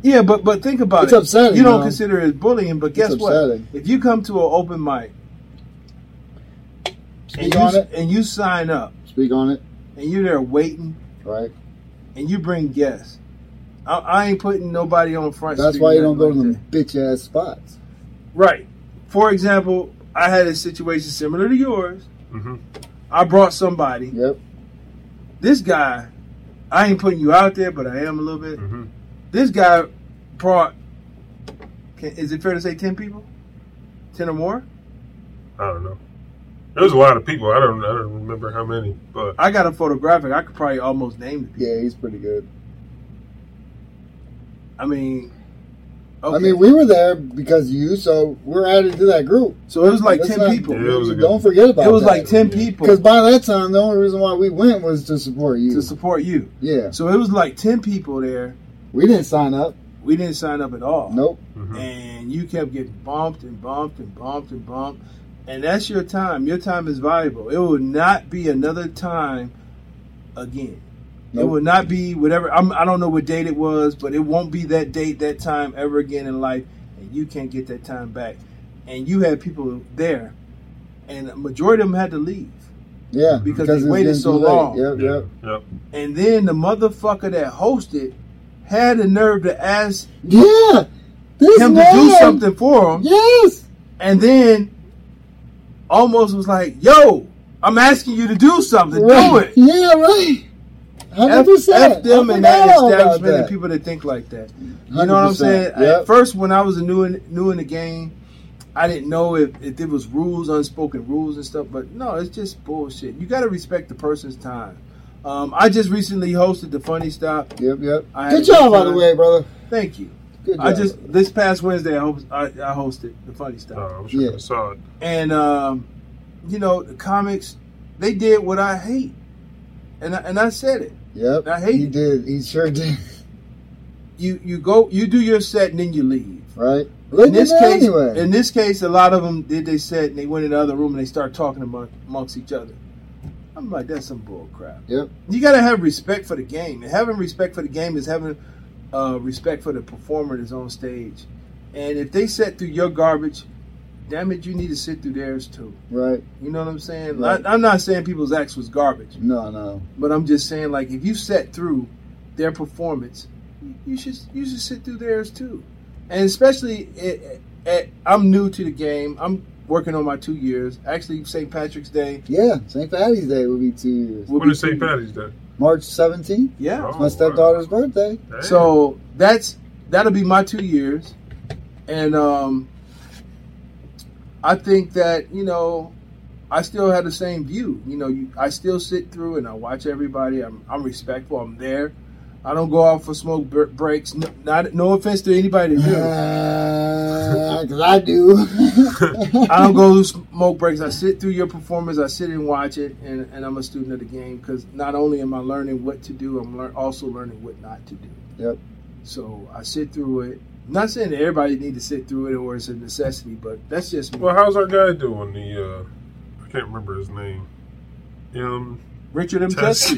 D: yeah, but but think about
B: It's
D: it.
B: upsetting,
D: You don't
B: though.
D: consider it bullying, but guess what?
B: upsetting.
D: If you come to an open mic and
B: speak
D: you,
B: on it.
D: and you sign up
B: Speak on it.
D: and you're there waiting
B: Right.
D: and you bring guests, I, I ain't putting nobody on front.
B: That's
D: street
B: why you
D: or
B: don't go to
D: nothing like
B: them bitch ass spots.
D: that. Right. For example, I had a situation similar to yours.
C: Mhm.
D: I brought somebody.
B: Yep.
D: This guy, I ain't putting you out there, but I am a little bit.
C: Mhm.
D: This guy brought. Can, is it fair to say ten people? Ten or more?
C: I don't know. There was a lot of people. I don't. I don't remember how many. But
D: I got a photographic. I could probably almost name the people.
B: Yeah, he's pretty good.
D: I mean, okay.
B: I mean, we were there because of you, so we're added to that group.
D: so it was like
B: Let's
D: ten
B: not-
D: people.
C: Yeah, it was a good-
B: Don't forget about
D: It was
B: that.
D: like ten people
B: Because by that time, the only reason why we went was to support you.
D: to support you.
B: yeah,
D: So it was like ten people there.
B: we didn't sign up.
D: We didn't sign up at all.
B: Nope.
C: mhm.
D: And you kept getting bumped and bumped and bumped and bumped. And that's your time. Your time is valuable. It will not be another time again. It
B: Nope.
D: will not be whatever. I'm, I don't know what date it was, but it won't be that date, that time ever again in life. And you can't get that time back. And you had people there, and the majority of them had to leave.
B: Yeah,
D: Because
B: it
D: they
B: was
D: waited
B: getting
D: so
B: too late.
D: long.
B: Yep, yep.
C: Yep.
D: And then the motherfucker that hosted had the nerve to ask
B: Yeah, this
D: him to
B: man.
D: do something for him.
B: Yes,
D: and then almost was like, "Yo, I'm asking you to do something. Do
B: right.
D: it."
B: Yeah, right. Hundred
D: F,
B: percent.
D: F them and that establishment and people that think like that. You know what I'm saying? At
B: Yep.
D: first, when I was a new in, new in the game, I didn't know if, if it was rules, unspoken rules and stuff. But no, it's just bullshit. You got to respect the person's time. Um, I just recently hosted the Funny Stop.
B: Yep, yep.
D: I had
B: Good
D: a
B: job,
D: good
B: by the
D: time.
B: way, brother.
D: Thank you.
B: Good job.
D: I just this past Wednesday I, host, I, I hosted the Funny Stop.
C: No, I'm sure
B: Yeah.
C: I saw it.
D: and um, you know the comics they did what I hate, and I, and I said it.
B: Yep.
D: I hate
B: He
D: it.
B: did. He sure did.
D: You you go you do your set and then you leave.
B: Right. Look
D: in this
B: at that
D: case,
B: anyway.
D: in this case, a lot of them did they set and they went in the other room and they start talking among, amongst each other. I'm like that's some bull crap.
B: Yep.
D: You gotta have respect for the game, and having respect for the game is having uh, respect for the performer that's on stage. And if they set through your garbage, damn it, you need to sit through theirs too.
B: right.
D: You know what I'm saying?
B: Right.
D: I, I'm not saying people's acts was garbage,
B: No, no.
D: but I'm just saying like if you sat through their performance, you- you should you should sit through theirs too. And especially, it, it, I'm new to the game. I'm working on my two years. Actually, St. Patrick's Day
B: Yeah. St. Patty's Day will be two years.
D: will
C: When
D: be
C: is St. Patty's Day? Oh,
B: March 17th.
D: Yeah.
B: It's my stepdaughter's birthday.
C: Damn.
D: So that's that'll be my two years, and um, I think that you know, I still have the same view. You know, you, I still sit through and I watch everybody. I'm, I'm respectful. I'm there. I don't go out for smoke br- breaks. No, not no offense to anybody that do.
B: Because Uh, I do.
D: I don't go to smoke breaks. I sit through your performance. I sit and watch it, and, and I'm a student of the game because not only am I learning what to do, I'm lear- also learning what not to do.
B: Yep.
D: So I sit through it. not saying that everybody need to sit through it or it's a necessity, but that's just me.
C: Well, how's our guy doing? The uh, I can't remember his name. Um,
D: Richard M. Tusky.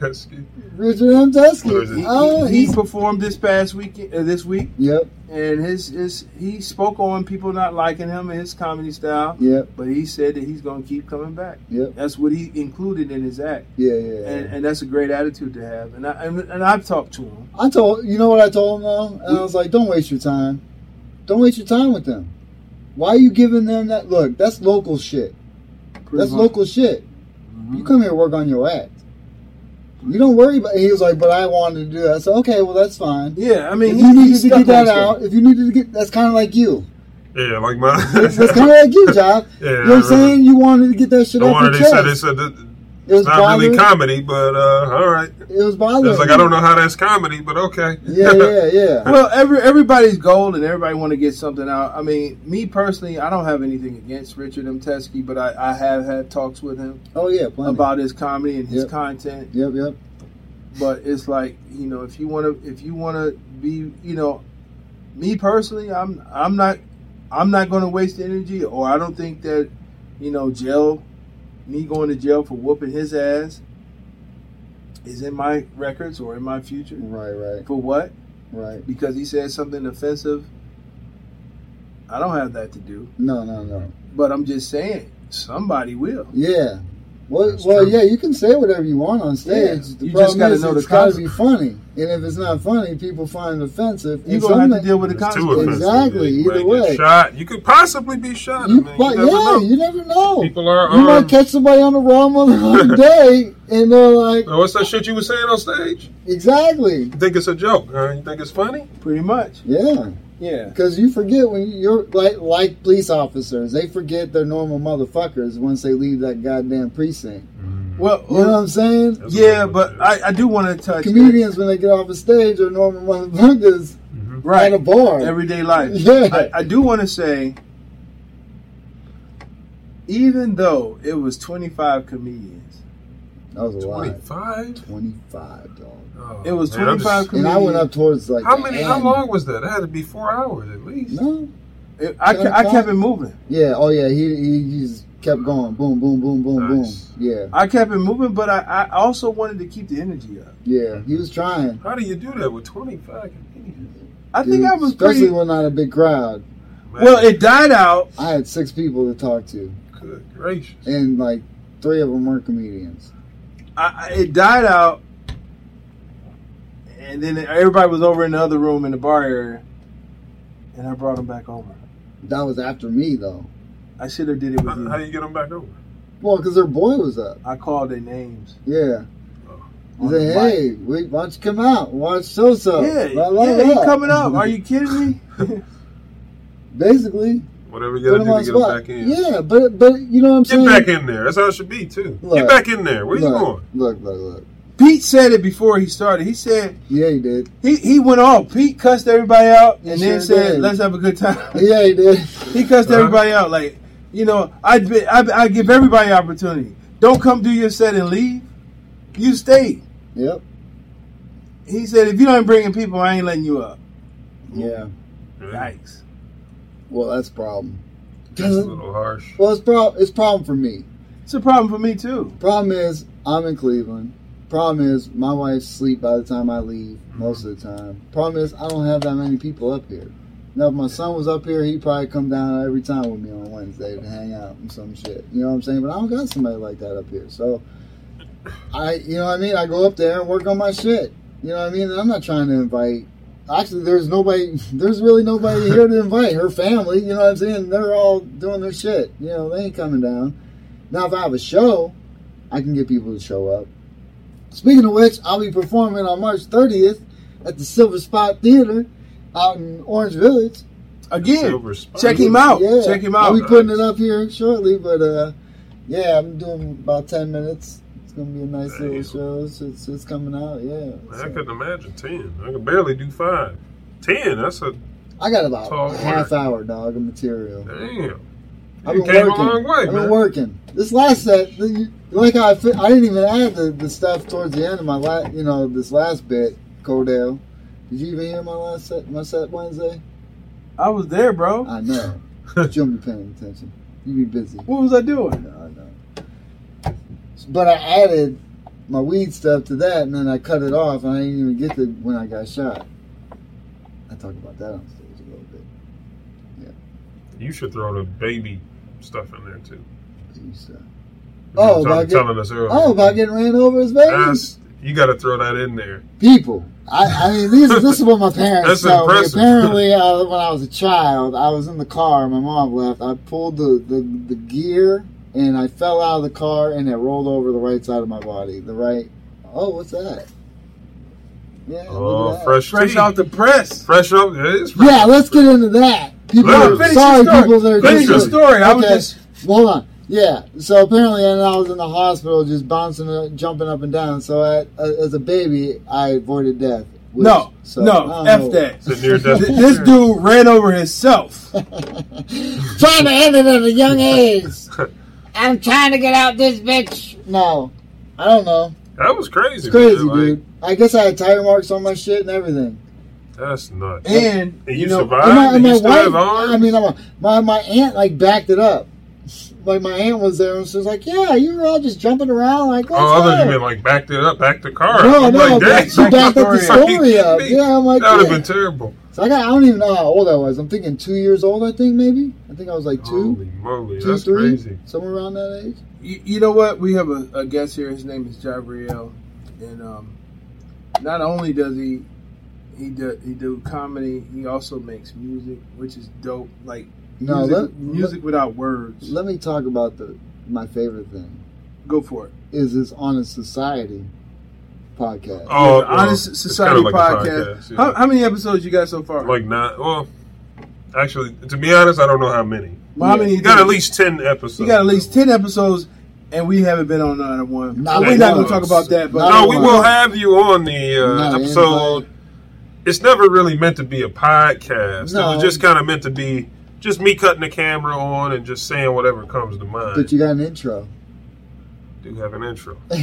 C: Teske.
B: Richard M.
C: Where is
B: Tusky.
C: it?
B: Oh,
D: He, he
B: he's.
D: performed this past weekend, uh, this week,
B: Yep.
D: and his, his he spoke on people not liking him and his comedy style,
B: Yep.
D: but he said that he's going to keep coming back.
B: Yep.
D: That's what he included in his act,
B: Yeah. Yeah. yeah.
D: and, and that's a great attitude to have. And I and, and I've talked to him.
B: I told you know what I told them though, and I was like, "Don't waste your time. Don't waste your time with them. Why are you giving them that look? That's local shit.
D: pretty
B: That's
D: much.
B: local shit.
D: Mhm.
B: You
C: Mm-hmm.
B: come here and work on your act. You don't worry about." He was like, "But I wanted to do that." I said, "Okay, well that's fine.
D: Yeah, I
B: If
D: mean, he-
B: you needed
D: he's
B: to
D: stuck
B: get
D: on
B: that
D: stuff.
B: out, if you needed to get that's kind of like you.
C: Yeah, like my.
B: That's, kind of like you, Job.
C: Yeah,
B: You know what I'm saying? You wanted to get that shit
C: I
B: off your
C: wanted. They said they
B: chest.
C: said that
B: It was
C: it's not
B: bothering.
C: really comedy, but uh, all right.
B: It was
C: It
B: bothering.
C: was like
B: me.
C: I don't know how that's comedy, but okay.
B: Yeah, yeah, yeah.
D: well, every everybody's goal and everybody want to get something out. I mean, me personally, I don't have anything against Richard M. Teskey, but I, I have had talks with him
B: Oh yeah, plenty.
D: about his comedy and his
B: Yep.
D: content.
B: Yep, yep.
D: But it's like you know, if you want to, if you want to be, you know, me personally, I'm I'm not I'm not going to waste energy, or I don't think that you know jail, me going to jail for whooping his ass, is in my records or in my future.
B: Right, right,
D: For what?
B: right.
D: because he said something offensive. I don't have that to do,
B: No, no, no.
D: but I'm just saying somebody will.
B: Yeah. Well,
C: That's
B: well,
C: true.
B: yeah. You can say whatever you want on stage.
D: Yeah.
B: The
D: You just
B: problem
D: gotta
B: is
D: know the
B: it's got to be funny, and if it's not funny, people find it offensive.
D: You're
B: And
D: gonna have to
B: something-
D: deal with the
C: It's too
D: consequences.
C: offensive.
B: Exactly,
C: You
B: either
C: might get
B: way.
C: shot. You could possibly be shot.
B: You,
C: I mean,
B: but
C: you never
B: yeah,
C: know.
B: you never know.
C: people are.
B: you might
C: Um,
B: catch somebody on the wrong motherfucking day, and they're like,
C: Oh, what's that shit you was saying on stage?
B: exactly.
C: You think it's a joke? Huh? You think it's funny?
D: Pretty much,
B: Yeah,
D: yeah.
B: because you forget when you're like like police officers, they forget they're normal motherfuckers once they leave that goddamn precinct.
C: Mm.
D: Well,
B: You know what I'm saying?
C: That's what
D: yeah,
C: I'm
D: but
C: saying.
D: I, I do want to touch
B: Comedians when they get off the stage are normal motherfuckers
C: Mm-hmm.
D: right
B: at a bar.
D: everyday life.
B: Yeah.
D: I, I do want to say, even though it was 25 comedians,
B: that was a lot.
C: Twenty-five.
B: 25, dog.
C: Oh,
D: It was
C: man, I'm
D: 25
C: just-
B: And I went up towards like.
C: How
B: the
C: many? How
B: end.
C: long was that? That had to be four hours at least.
B: No.
D: it, I, ca- I kept it moving.
B: Yeah. Oh yeah. He he just kept going. Boom. Boom. Boom. Boom.
C: Nice.
B: Boom. Yeah.
D: I kept it moving, but I, I also wanted to keep the energy up.
B: Yeah. He was trying.
C: How do you do that with 25 comedians?
D: I think
B: dude,
D: I was
B: especially
D: pretty
B: when not a big crowd.
C: Man,
D: well. It died out.
B: I had six people to talk to,
C: good gracious.
B: and like three of them weren't comedians.
D: I, I- it died out, and then everybody was over in the other room in the bar area, and I brought them back over.
B: That was after me though.
D: I should have did it with
C: How, how
D: you.
C: you get them back over?
B: Well, because their boy was up.
D: I called their names.
B: Yeah. He
D: on
B: said,
D: the mic.
B: "Hey, we, why don't you come out? Watch so so."
D: yeah, yeah, he coming up. Are you kidding me?
B: Basically,
C: Whatever you
B: put
C: gotta
B: him
C: do
B: on
C: to get them
B: spot.
C: back in.
B: Yeah, but but you know what I'm
C: Get
B: saying.
C: back in there. That's how it should be too.
B: Look.
C: get back in there. Where you
B: look,
C: going?
B: Look, look, look.
D: Pete said it before he started. He said
B: Yeah, he did.
D: he, he went off. Pete cussed everybody out
B: He
D: and then
B: sure
D: said,
B: did.
D: "Let's have a good time."
B: Yeah, he did.
D: He cussed
C: Uh-huh.
D: everybody out. Like, you know, I I I give everybody opportunity. Don't come do your set and leave. You stay.
B: Yep.
D: He said, if you don't bring in people, I ain't letting you up.
B: Yeah.
D: Yikes.
B: Well, that's a problem.
C: That's a little harsh.
B: Well, it's problem. It's a problem for me.
D: It's a problem for me too.
B: Problem is, I'm in Cleveland. Problem is, my wife sleep by the time I leave most of the time. Problem is, I don't have that many people up here. Now, if my son was up here, he'd probably come down every time with me on Wednesday to hang out and some shit. You know what I'm saying? But I don't got somebody like that up here. So, I, you know what I mean? I go up there and work on my shit. You know what I mean? And I'm not trying to invite. Actually, there's nobody. There's really nobody here to invite. Her family, you know what I'm saying? They're all doing their shit. You know, they ain't coming down. Now, if I have a show, I can get people to show up. Speaking of which, I'll be performing on March 30th at the Silver Spot Theater out in Orange Village.
D: Again,
C: Silver spot.
D: check him out.
B: Yeah,
D: Oh, Check him
B: I'll
D: out.
B: be putting it up here shortly, but uh, yeah, I'm doing about 10 minutes. It's gonna be a nice little
C: Nice.
B: show. So it's, it's coming out. Yeah,
C: Man, I
B: So,
C: couldn't imagine ten. I could barely do five. Ten. That's a
B: I got about
C: Tall
B: a half hour, dog, of material.
C: damn.
B: I've
C: You
B: been
C: came
B: working.
C: a long way,
B: I've been
C: man.
B: working. This last set, the- you- like how I, fi- I didn't even add the, the stuff towards the end of my last, you know, this last bit. Cordell, did you even hear my last set? My set Wednesday.
D: I was there, bro.
B: I know, but you don't be paying attention. You be busy.
D: What was I
B: I
D: doing?
B: know, I know. But I added my weed stuff to that, and then I cut it off, and I didn't even get to when I got shot. I talked about that on stage a little bit.
C: You should throw the baby stuff in there too.
B: Baby stuff.
C: You
B: Oh,
C: were
B: about
C: talking-
B: get-
C: telling us earlier.
B: Oh, about getting ran over as babies.
C: That's- you got to throw that in there.
B: people. I, I mean, these, this is what my parents
C: That's
B: told
C: impressive.
B: me. Apparently, uh, when I was a child, I was in the car. My mom left. I pulled the, the, the gear and I fell out of the car and it rolled over the right side of my body. The right. Oh, what's that? Yeah.
C: Oh,
B: look at that.
C: fresh,
D: Fresh
C: tea.
D: off the press.
C: fresh up. It is fresh.
B: Yeah, let's get into that. People,
C: Let her
B: are-
C: finish
B: sorry,
D: the story.
B: people that are
D: Finish
C: your
B: just-
D: story. I was just-
B: Well, hold on. Yeah. So apparently, and I was in the hospital, just bouncing, uh, jumping up and down. So at, uh, as a baby, I avoided death. which-
D: No,
B: so,
D: no,
B: I
D: f
B: don't know.
D: that.
C: It's a near death.
D: Th- This dude ran over himself.
B: trying to end it at a young age. I'm trying to get out this bitch. No, I don't know.
C: That was crazy.
B: It's crazy,
C: man. Like,
B: dude. I guess I had tire marks on my shit and everything.
C: That's nuts.
D: And
C: And you,
D: you know,
C: survived.
B: and my, and
C: and
B: my
C: you still
B: wife,
C: have arms.
B: I mean, I'm a- my my aunt like backed it up. Like my aunt was there and she was like, "Yeah, you were all just jumping around like what's
C: oh, other
B: up?"
C: you mean like backed it up, backed the car.
B: No,
C: up. I'm
B: no,
C: like,
B: back-
C: dang,
B: she backed up the story up.
C: Me.
B: Yeah, I'm like,
C: that would have
B: yeah.
C: been terrible.
B: So I got I don't even know how old I was. I'm thinking two years old. I think maybe. I think I was like two,
C: Holy moly,
B: two,
C: that's
B: three,
C: crazy.
B: somewhere around that age.
D: you, you know what? We have a, a guest here. His name is Jabriel, and um, not only does he he do, he do comedy, he also makes music, which is dope. Like
B: No,
D: music,
B: let,
D: music without words.
B: Let me talk about the my favorite thing
D: Go for it.
B: is this honest society podcast.
C: Oh,
D: Yeah, the
C: well,
D: Honest
C: it's
D: Society
C: kinda like a
D: podcast.
C: podcast, yeah.
D: How, how many episodes you got so far?
C: Like not well. Actually, to be honest, I don't know how many.
D: Well, how many
C: You got at least ten episodes.
D: You got at least ten episodes, and we haven't been on another one.
B: Not
D: we're not
B: once.
D: gonna talk about that. But
B: Not
C: No, we
B: one.
C: will have you on the uh,
B: No,
C: episode. It's never really meant to be a podcast. It
B: No.
C: was just kind of meant to be just me cutting the camera on and just saying whatever comes to mind.
B: But you got an intro.
C: do have an intro. I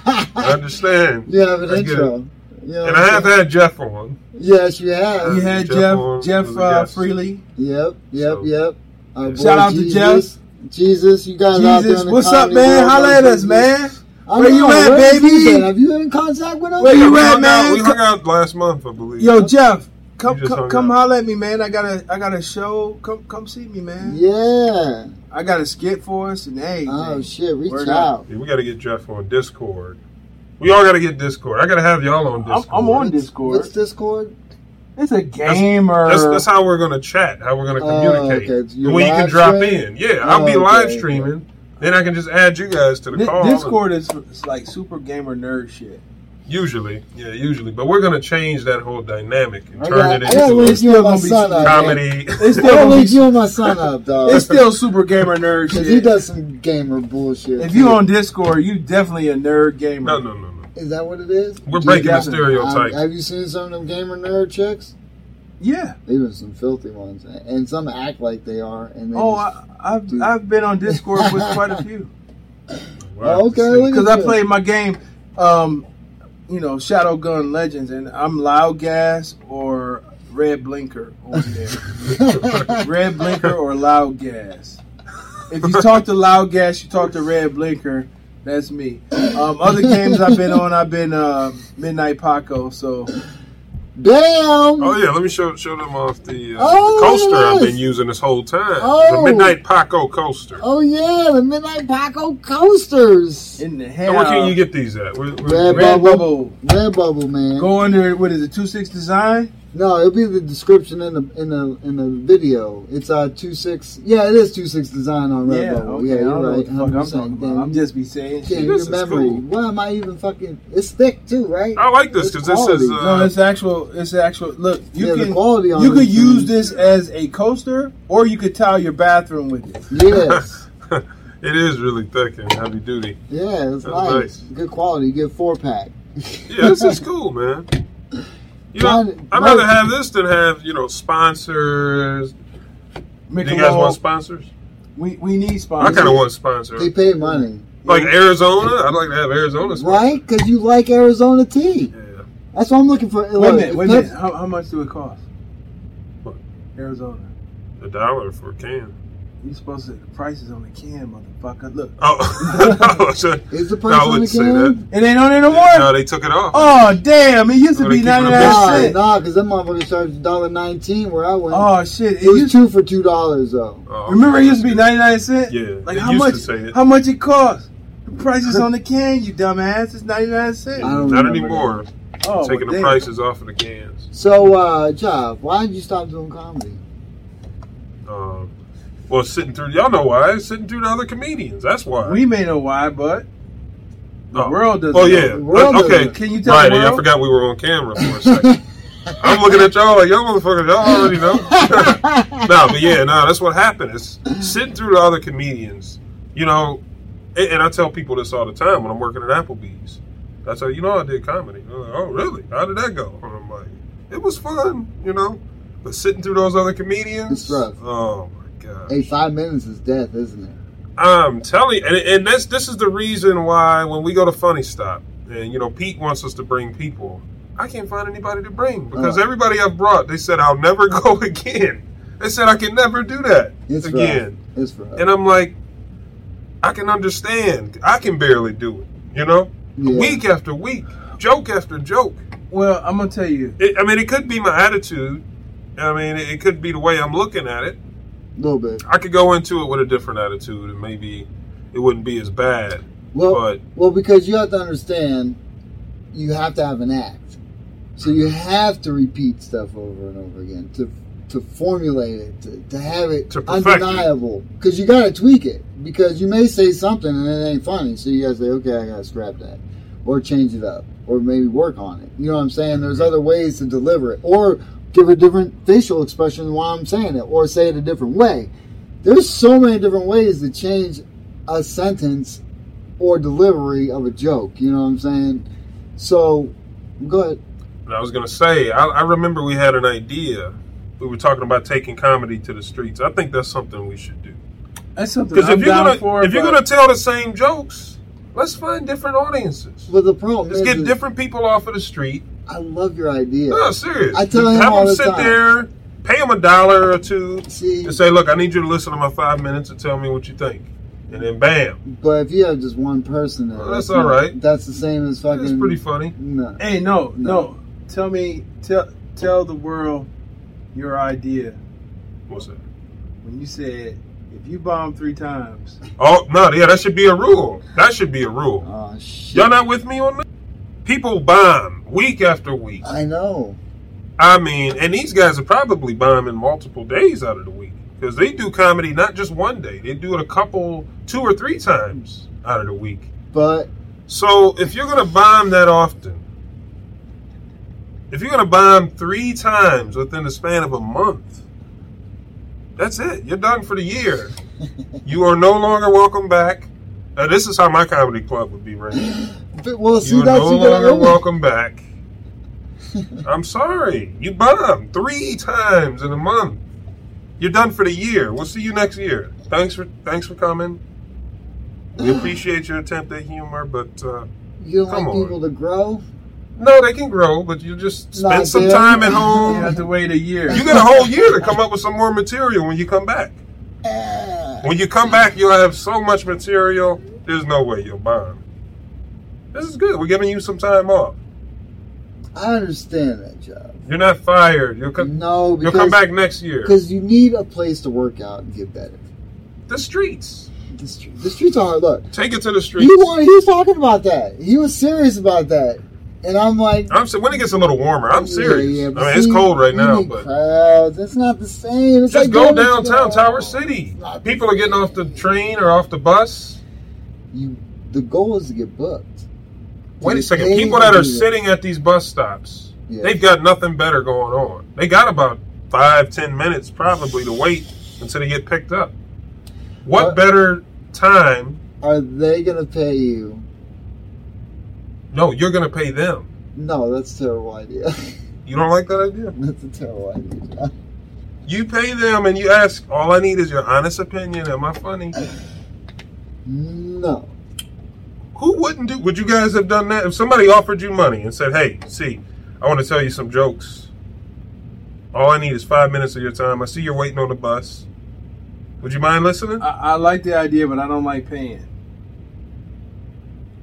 C: do. I understand.
B: you have an
C: I get
B: intro. You know
C: And
B: what I'm
C: I have
B: saying?
C: had Jeff on.
B: Yes, you have.
D: You had
C: Jeff
D: Jeff
C: on
D: Jeff,
C: as a
D: uh,
C: guest.
D: Freely.
B: Yep, yep,
C: So-
B: yep. Our
C: Shout
B: boy
D: out to
B: Jesus. Jesus, you guys out there
D: Jesus,
B: in the
D: what's up,
B: comedy
D: man?
B: world,
D: Holla at
B: brother.
D: us, man.
B: I
D: Where
B: know,
D: you at,
B: where have
D: baby?
B: been? Have you been in contact with us?
D: Where you
C: we
D: at,
C: hung
D: man?
C: Out, we hung out last month, I believe.
D: Yo, Jeff, come
C: You just
D: come,
C: hung
D: come
C: up.
D: holla at me, man. I got a I got a show. Come come see me, man.
B: Yeah.
D: I got a skit for us, and hey,
B: Oh shit, reach
D: Word
B: out.
C: Yeah, we got to get Jeff on Discord. We all got to get Discord. I got to have y'all on
D: I'm,
C: Discord.
D: I'm on
B: What's
D: Discord.
B: Discord?
D: It's a gamer.
C: That's, that's how we're gonna chat. How we're gonna
B: Oh,
C: communicate.
B: okay. So you're
C: when you can
B: live
C: drop
B: stream?
C: in, yeah, I'll
B: Oh,
C: be
B: okay,
C: live
B: okay.
C: streaming. Then I can just add you guys to the
D: Di-
C: call.
D: Discord is is like super gamer nerd shit.
C: usually, yeah, usually. But we're gonna change that whole dynamic and
B: I
C: turn
B: got,
C: it
B: I gotta
C: into
B: link
C: a
B: you and my
D: It's still
B: son up. man.
C: comedy.
D: It's
B: I gotta
D: still
B: link you and my son up, dog.
D: it's still super gamer nerd
B: Because he
D: shit.
B: does some gamer bullshit.
D: If you on Discord, you definitely a nerd gamer.
C: no, no, no, no.
B: Is that what it is?
C: We're breaking the
D: Definitely.
B: Um,
C: stereotype.
B: have you seen some of them gamer nerd chicks?
D: Yeah.
B: They've been some filthy ones, and some act like they are. And they
D: Oh,
B: just-
D: I, I've
B: Dude.
D: I've been on Discord with quite a few
C: Wow.
B: Oh, okay, look
D: because
B: at
D: I
B: you.
D: played my game, um, you know, Shadowgun Legends, and I'm Loud Gas or Red Blinker on there. Red Blinker or Loud Gas. If you talk to Loud Gas, you talk to Red Blinker. That's me. Um, other games I've been on, I've been uh, Midnight Paco. So
B: Damn.
C: Oh yeah, let me show show them off the, uh,
B: Oh,
C: the
B: look at
C: coaster I've
B: this.
C: been using this whole time.
B: Oh.
C: The Midnight Paco coaster.
B: Oh yeah, the Midnight Paco coasters.
D: in the
C: And
D: hell,
C: where can you get these at? Where, where,
B: Red
D: Red
B: Bubble.
D: Bubble.
B: Redbubble, man.
D: Go under what is it? Two Six Design.
B: No, it'll be the description in the in the in the video. It's uh two six. Yeah, it is two six design on Redbubble.
D: yeah, okay.
B: yeah,
D: I don't
B: you're
D: know what
B: right.
D: the fuck I'm
B: 100%.
D: talking
B: Damn,
D: about. I'm
B: you-
D: just be saying.
B: yeah,
D: shit.
B: your
C: This is
B: memory.
C: cool. Oh.
B: Why am I even fucking? It's thick too, right?
C: I like this because this is
B: Quality.
C: uh,
D: No, it's actual. It's actual. Look, you
B: Yeah, the
D: can
B: quality on
D: you
B: it
D: could
B: is-
D: use this as a coaster, or you could tile your bathroom with it.
B: yes.
C: it is really thick and heavy duty.
B: Yeah, it's
C: That's
B: nice.
C: nice.
B: Good quality. Good four pack.
C: Yeah, this is cool, man. You know,
B: Mine-
C: I'd rather
B: mine-
C: have this than have you know sponsors. Do you guys
D: Michelob,
C: want sponsors?
D: we we need
C: I
D: sponsors.
C: kind of want sponsors.
B: They pay money,
C: Like Arizona, I'd like to have Arizona. Sponsors.
B: right? Because you like Arizona tea.
C: Yeah.
B: That's what I'm looking for.
D: Wait a minute. Wait a
B: Pep-
D: minute. How, how much do it cost?
C: What?
D: Arizona.
C: A dollar for a can.
D: You supposed to the prices on the can, motherfucker. Look,
C: Oh, no,
B: Is the
C: I
B: price on the
C: wouldn't say
B: can?
D: it ain't on it no
C: no,
D: more.
C: they took it off.
D: Oh damn! It used to
C: Well, they keep
D: be
C: it
D: ninety
C: on
D: nine
B: Nah,
D: cents.
B: nah, because that motherfucker charged $1.19 where I went.
D: Oh shit! It
B: it was
D: used,
B: two for two dollars though.
C: Oh,
D: remember, it
C: okay.
D: used to be ninety nine cents.
C: Yeah,
D: Like
C: it
D: how
C: used to
D: much?
C: say it.
D: How much it cost? The prices on the can, you dumbass. It's ninety nine cents.
B: I don't
C: Not
B: remember
C: anymore.
D: Oh,
C: Taking
D: well,
C: the
D: damn.
C: prices off of the cans.
B: So, uh, Job, why did you stop doing comedy?
C: Um, well, sitting through y'all know why. Sitting through the other comedians. That's why.
D: We may know why, but the
C: Oh.
D: world doesn't.
C: Oh
D: know.
C: yeah.
B: The world
C: Uh, okay.
B: doesn't.
D: Can you tell
C: Right.
D: the
C: I
D: world?
C: forgot we were on camera for a second. I'm looking at y'all like y'all motherfuckers. Y'all already know. nah, but yeah, nah. That's what happened. Is sitting through the other comedians. You know, and, and I tell people this all the time when I'm working at Applebee's. That's how you know I did comedy. They're like, oh really? How did that go? And I'm like, it was fun. You know, but sitting through those other comedians.
B: It's rough.
C: Oh my god.
B: Hey, five minutes is death, isn't it?
C: I'm telling you, and, and this this is the reason why when we go to Funny Stop, and you know Pete wants us to bring people, I can't find anybody to bring because
B: Oh.
C: everybody I've brought, they said I'll never go again. They said I can never do that
B: It's
C: again,
B: rough. It's rough.
C: and I'm like, I can understand. I can barely do it. You know,
B: Yeah.
C: week after week, joke after joke.
D: Well, I'm gonna tell you.
C: It, I mean, it could be my attitude. I mean, it could be the way I'm looking at it.
B: a little bit.
C: I could go into it with a different attitude, and maybe it wouldn't be as bad.
B: Well,
C: but-
B: well, because you have to understand, you have to have an act, so you have to repeat stuff over and over again to to formulate it, to, to have it
C: To perfect it.
B: undeniable. Because you got to tweak it. Because you may say something and it ain't funny, so you got to say, okay, I got to scrap that, or change it up, or maybe work on it. You know what I'm saying? There's
C: Mm-hmm.
B: other ways to deliver it, or give a different facial expression while I'm saying it, or say it a different way. There's so many different ways to change a sentence or delivery of a joke. You know what I'm saying? So, go ahead.
C: And I was gonna say, I, I remember we had an idea. We were talking about taking comedy to the streets. I think that's something we should do.
D: That's something
C: Because
D: I'm
C: if you're
D: down
C: gonna
D: for.
C: if you're
D: but
C: gonna tell the same jokes, let's find different audiences.
B: But the problem
C: Let's
B: is,
C: get
B: is
C: different people off of the street.
B: I love your idea.
C: No, serious.
B: I tell
C: Just
B: him
C: have
B: all
C: them
B: the
C: sit
B: time.
C: there, pay them a dollar or two,
B: See,
C: and say, "Look, I need you to listen to my five minutes and tell me what you think." And then, bam,
B: but if you have just one person, there,
C: Well, that's
B: it's not-
C: all right.
B: That's the same as fucking.
C: it's pretty funny.
B: No.
D: Hey, no,
B: No.
D: no. Tell me, tell tell the world your idea
C: What's that?
D: when you said if you bomb three times.
C: Oh no, yeah, that should be a rule. That should be a rule.
B: Oh shit!
C: Y'all not with me on that? People bomb week after week.
B: I know.
C: I mean, and these guys are probably bombing multiple days out of the week because they do comedy not just one day. They do it a couple, two or three times out of the week.
B: But
C: So if you're gonna bomb that often, if you're gonna bomb three times within the span of a month, that's it. You're done for the year. You are no longer welcome back. Uh, this is how my comedy club would be ran.
B: But, well, see,
C: You're
B: that's
C: no
B: you gotta
C: longer
B: own it.
C: welcome back. I'm sorry. You bummed three times in a month. You're done for the year. We'll see you next year. Thanks for thanks for coming. We appreciate your attempt at humor, but uh,
B: You don't
C: Come
B: like
C: on.
B: people to grow.
C: no, they can grow. But you just spend
B: Not
C: some
B: them.
C: time at
D: You have
C: home.
D: to wait a year.
C: you got a whole year to come up with some more material when you come back.
B: Ah.
C: When you come back, you'll have so much material. There's no way you'll bond. This is good. We're giving you some time off.
B: I understand that, job.
C: You're not fired. You'll come.
B: No,
C: You'll
B: because
C: come back next year.
B: because you need a place to work out and get better.
C: The streets.
B: The, street, the streets are hard. Look,
C: Take it to the
B: he,
C: streets.
B: wa- he was talking about that. He was serious about that, and I'm like,
C: I'm se- when it gets a little warmer. I'm serious.
B: Yeah, yeah,
C: I
B: but
C: mean, it's
B: see,
C: cold right
B: you
C: now,
B: need
C: but
B: crowds. That's not the same. It's
C: just
B: like uh,
C: go
B: going to-
C: downtown Tower City. People are getting off the train or off the bus.
B: You, the goal is to get booked.
C: Wait a
B: They
C: second.
B: pay
C: People
B: to
C: that are
B: do that.
C: sitting at these bus stops,
B: Yeah.
C: they've got nothing better going on. They got about five, ten minutes probably to wait until they get picked up. What
B: What?
C: better time?
B: Are they gonna pay you?
C: No, you're going to pay them.
B: No, that's a terrible idea.
C: You don't like that idea?
B: that's a terrible idea.
C: You pay them and you ask, all I need is your honest opinion. Am I funny?
B: No.
C: Who wouldn't do? Would you guys have done that if somebody offered you money and said, "Hey, see, I want to tell you some jokes. All I need is five minutes of your time. I see you're waiting on the bus. Would you mind listening?
D: I, I like the idea, but I don't like paying.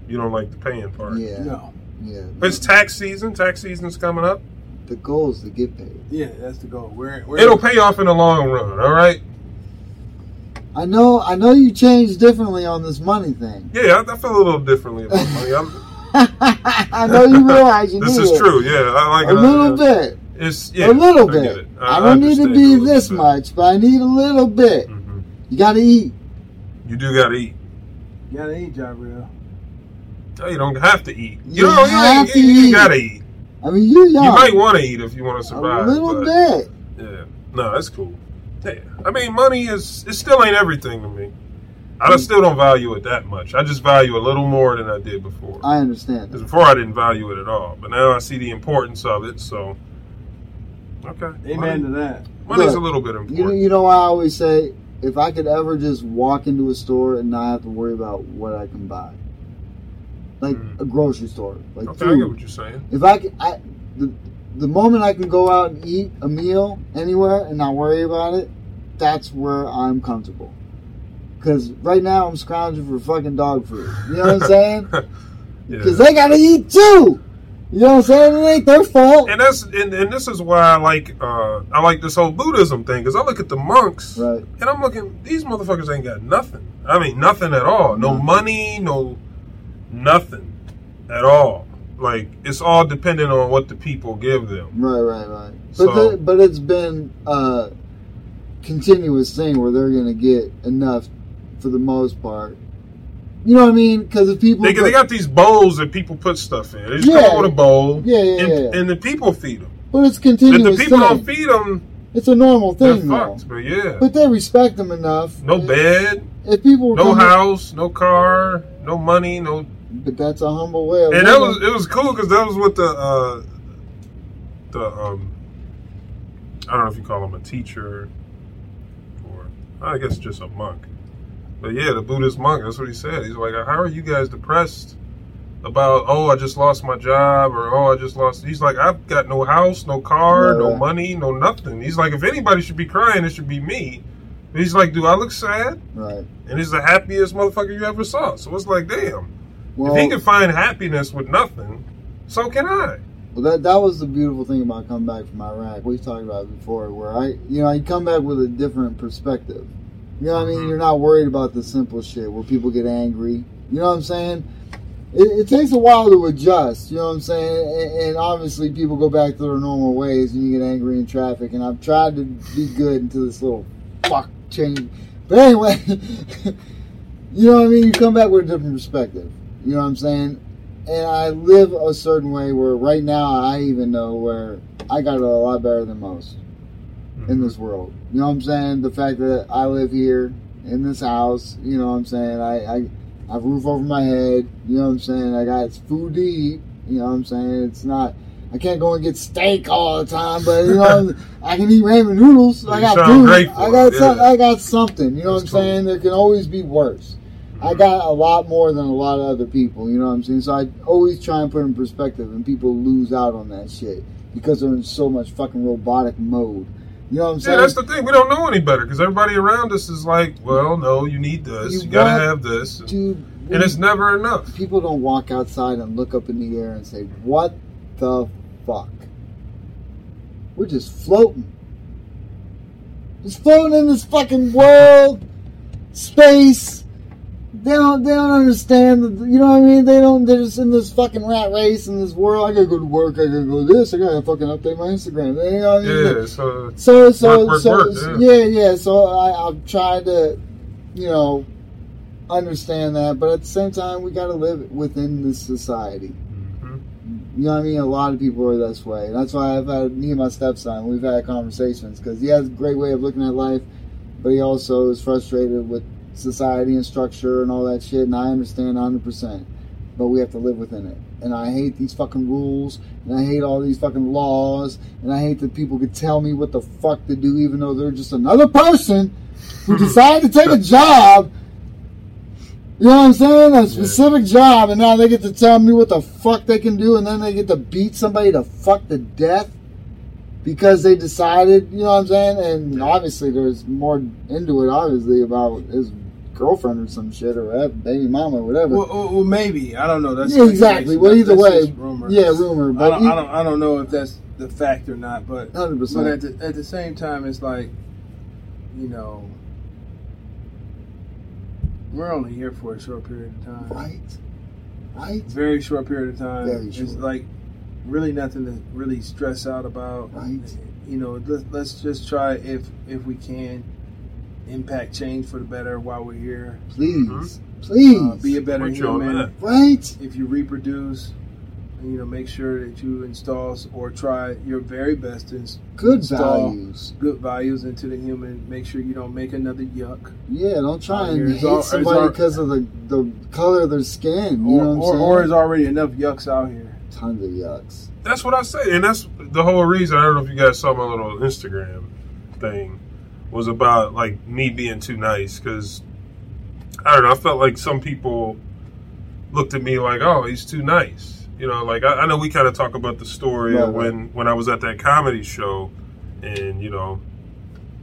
C: You don't like the paying part.
B: Yeah.
D: No.
B: Yeah.
C: But It's tax season. Tax season's coming up.
B: The goal is to get paid.
D: Yeah, that's the goal. We're, we're
C: It'll pay off in the long run. All right.
B: I know. I know you changed differently on this money thing.
C: Yeah, I, I feel a little differently about money. I'm,
B: I know you realize you
C: this
B: need
C: is
B: it.
C: true. Yeah, I like
B: A
C: it.
B: little
C: Uh,
B: bit.
C: It's yeah,
B: a little
C: I
B: bit.
C: get it.
B: I, don't need to
C: understand a
B: be
C: little
B: this
C: bit.
B: much, but I need a little bit.
C: Mhm.
B: You gotta eat.
C: You do gotta eat.
D: Yeah, they ain't job real.
C: No, Oh, you don't have to eat. You,
B: You
C: don't. You,
B: have
C: ain't-
B: to
C: you, you
B: eat.
C: gotta eat.
B: I mean, you're young.
C: You might want to eat if you want to
B: a
C: survive.
B: little
C: but-
B: bit.
C: Yeah. No, that's cool. Yeah. I mean, money is it still ain't everything to me. I don't- still don't value it that much. I just value a little more than I did before.
B: I understand.
C: Because
B: That.
C: before I didn't value it at all, but now I see the importance of it. So, okay,
D: Amen
C: Money-
D: to that.
C: money's
B: Look,
C: a little bit
B: You,
C: important.
B: you know, why I always say, if I could ever just walk into a store and not have to worry about what I can buy, like
C: Mm.
B: a grocery store, like
C: okay, I
B: food.
C: get what you're saying.
B: If I can, I, the, the moment I can go out and eat a meal anywhere and not worry about it, that's where I'm comfortable. Because right now I'm scrounging for fucking dog food. You know what I'm saying?
C: Yeah.
B: Because they gotta eat too. You know what I'm saying? It ain't their fault.
C: And that's and, and this is why I like uh, I like this whole Buddhism thing because I look at the monks
B: Right.
C: And I'm looking, these motherfuckers ain't got nothing. I mean, nothing at all. No
B: Nothing.
C: money, no nothing at all. Like, it's all dependent on what the people give them.
B: Right, right, right. But
C: So-
B: the, but it's been a continuous thing where they're gonna get enough for the most part. You know what I mean? Because if people
C: They, they got these bowls that people put stuff in. They just
B: Yeah.
C: come with a bowl,
B: yeah, yeah,
C: and,
B: yeah, yeah.
C: and the people feed them.
B: But it's
C: If
B: continuous.
C: the people
B: thing.
C: don't feed them,
B: It's a normal
C: they're
B: thing, though.
C: fucked. But yeah,
B: But they respect them enough.
C: no bed,
B: If people were
C: no
B: coming-
C: house, no car, no money, no
B: but that's a humble way. Of
C: and that
B: living.
C: was it was cool because that was what the uh, the um, I don't know if you call him a teacher or I guess just a monk, but yeah, the Buddhist monk. That's what he said. He's like, "How are you guys depressed about? Oh, I just lost my job, or oh, I just lost." He's like, "I've got no house, no car, no
B: Yeah.
C: money, no nothing." He's like, "If anybody should be crying, it should be me." He's like, "Do I look sad?"
B: right.
C: And he's the happiest motherfucker you ever saw. So it's like, damn.
B: Well,
C: If he can find happiness with nothing, so can I.
B: well, that that was the beautiful thing about coming back from Iraq. We've talked about it before, where I, you know, you come back with a different perspective. You know what I mean? You're not worried about the simple shit where people get angry. You know what I'm saying? It, it takes a while to adjust. You know what I'm saying? And, and obviously, people go back to their normal ways, and you get angry in traffic. And I've tried to be good until this little fuck change. But anyway, you know what I mean? You come back with a different perspective. You know what I'm saying? And I live a certain way where right now I even know where I got it a lot better than most
C: Mm-hmm.
B: in this world. You know what I'm saying? The fact that I live here in this house, you know what I'm saying? I, I I have a roof over my head. You know what I'm saying? I got food to eat. You know what I'm saying? It's not. I can't go and get steak all the time, but you know I can eat ramen noodles. I
C: You
B: got
C: sound
B: food.
C: grateful,
B: I got
C: yeah.
B: some, I got something. You know
C: That's
B: what I'm
C: cool.
B: saying? There can always be worse. I got a lot more than a lot of other people. You know what I'm saying? So I always try and put it in perspective, and people lose out on that shit because they're in so much fucking robotic mode. You know what I'm
C: Yeah,
B: saying?
C: that's the thing. We don't know any better because everybody around us is like, well, no, you need this.
B: You
C: You, gotta
B: want-
C: have this. And
B: Dude,
C: it's never enough.
B: people don't walk outside and look up in the air and say, "What the fuck?" We're just floating, just floating in this fucking world, space. They don't, they don't understand. The, you know what I mean? They don't. They're just in this fucking rat race in this world. I gotta go to work. I gotta go this. I gotta fucking update my Instagram. You know what I mean?
C: Yeah, so
B: So so
C: Work, work,
B: so
C: work,
B: yeah. yeah So I I've tried to, you know, understand that, but at the same time we got to live within this society.
C: mhm.
B: You know what I mean? A lot of people are this way. And that's why I've had me and my stepson. We've had conversations because he has a great way of looking at life, but he also is frustrated with society and structure and all that shit. And I understand 100, percent but we have to live within it. And I hate these fucking rules, and I hate all these fucking laws, and I hate that people could tell me what the fuck to do, even though they're just another person who
D: Hmm.
B: decided to take a job. You know what I'm saying? A specific job, and now they get to tell me what the fuck they can do, and then they get to beat somebody to fuck to death because they decided. You know what I'm saying? And obviously, there's more into it. Obviously, about his girlfriend or some shit or that baby mama or whatever.
D: Well, well, well, maybe I don't know. That's
B: Yeah, exactly.
D: speculation.
B: Well,
D: That-
B: either
D: that's
B: way,
D: just rumor.
B: yeah, rumor.
D: I
B: But e-
D: don't, I don't. I don't know if that's the fact or not. But
B: hundred
D: but at
B: percent.
D: the at the same time, it's like, you know, we're only here for a short period of time.
B: Right, right,
D: Very short period of time.
B: Very
D: It's
B: short.
D: like really nothing to really stress out about.
B: Right.
D: You know, let, let's just try if if we can impact change for the better while we're here.
B: please,
D: Uh,
B: please,
D: be a better
C: What you on
D: human.
C: that?
B: right.
D: if you reproduce, you know, make sure that you install s- or try your very best to ins-
B: Good
D: Install.
B: values.
D: good values into the human. Make sure you don't make another yuck,
B: Yeah, don't try and
D: It's
B: hate
D: all- it's
B: somebody
D: all-
B: because of the, the color of their skin. You
D: or
B: know what
D: or,
B: I'm
D: or
B: saying?
D: is already enough yucks out here.
B: Tons of yucks.
C: that's what I say, and that's the whole reason. I don't know if you guys saw my little Instagram thing was about like me being too nice because I don't know. I felt like some people looked at me like, "Oh, he's too nice." You know, like I, I know we kind of talk about the story
B: Right, right.
C: when when I was at that comedy show, and you know,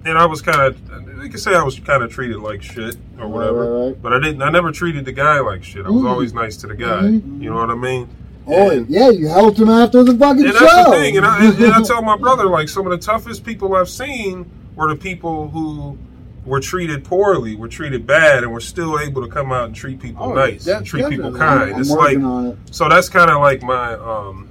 C: and I was kind of you could say I was kind of treated like shit or whatever.
B: Right, right,
C: But I didn't. I never treated the guy like shit. I was
B: Mhm.
C: always nice to the guy.
B: Mhm.
C: You know what I mean?
B: Oh
C: And-
B: yeah, you helped him after the fucking
C: and
B: show.
C: that's the thing. And I, and, and I tell my brother, like, some of the toughest people I've seen were the people who were treated poorly, were treated bad, and were still able to come out and treat people
D: Oh,
C: nice,
D: yeah,
C: and treat people
D: definitely.
C: kind.
B: I'm
C: it's like
B: working on it.
C: so. That's kind of like my. um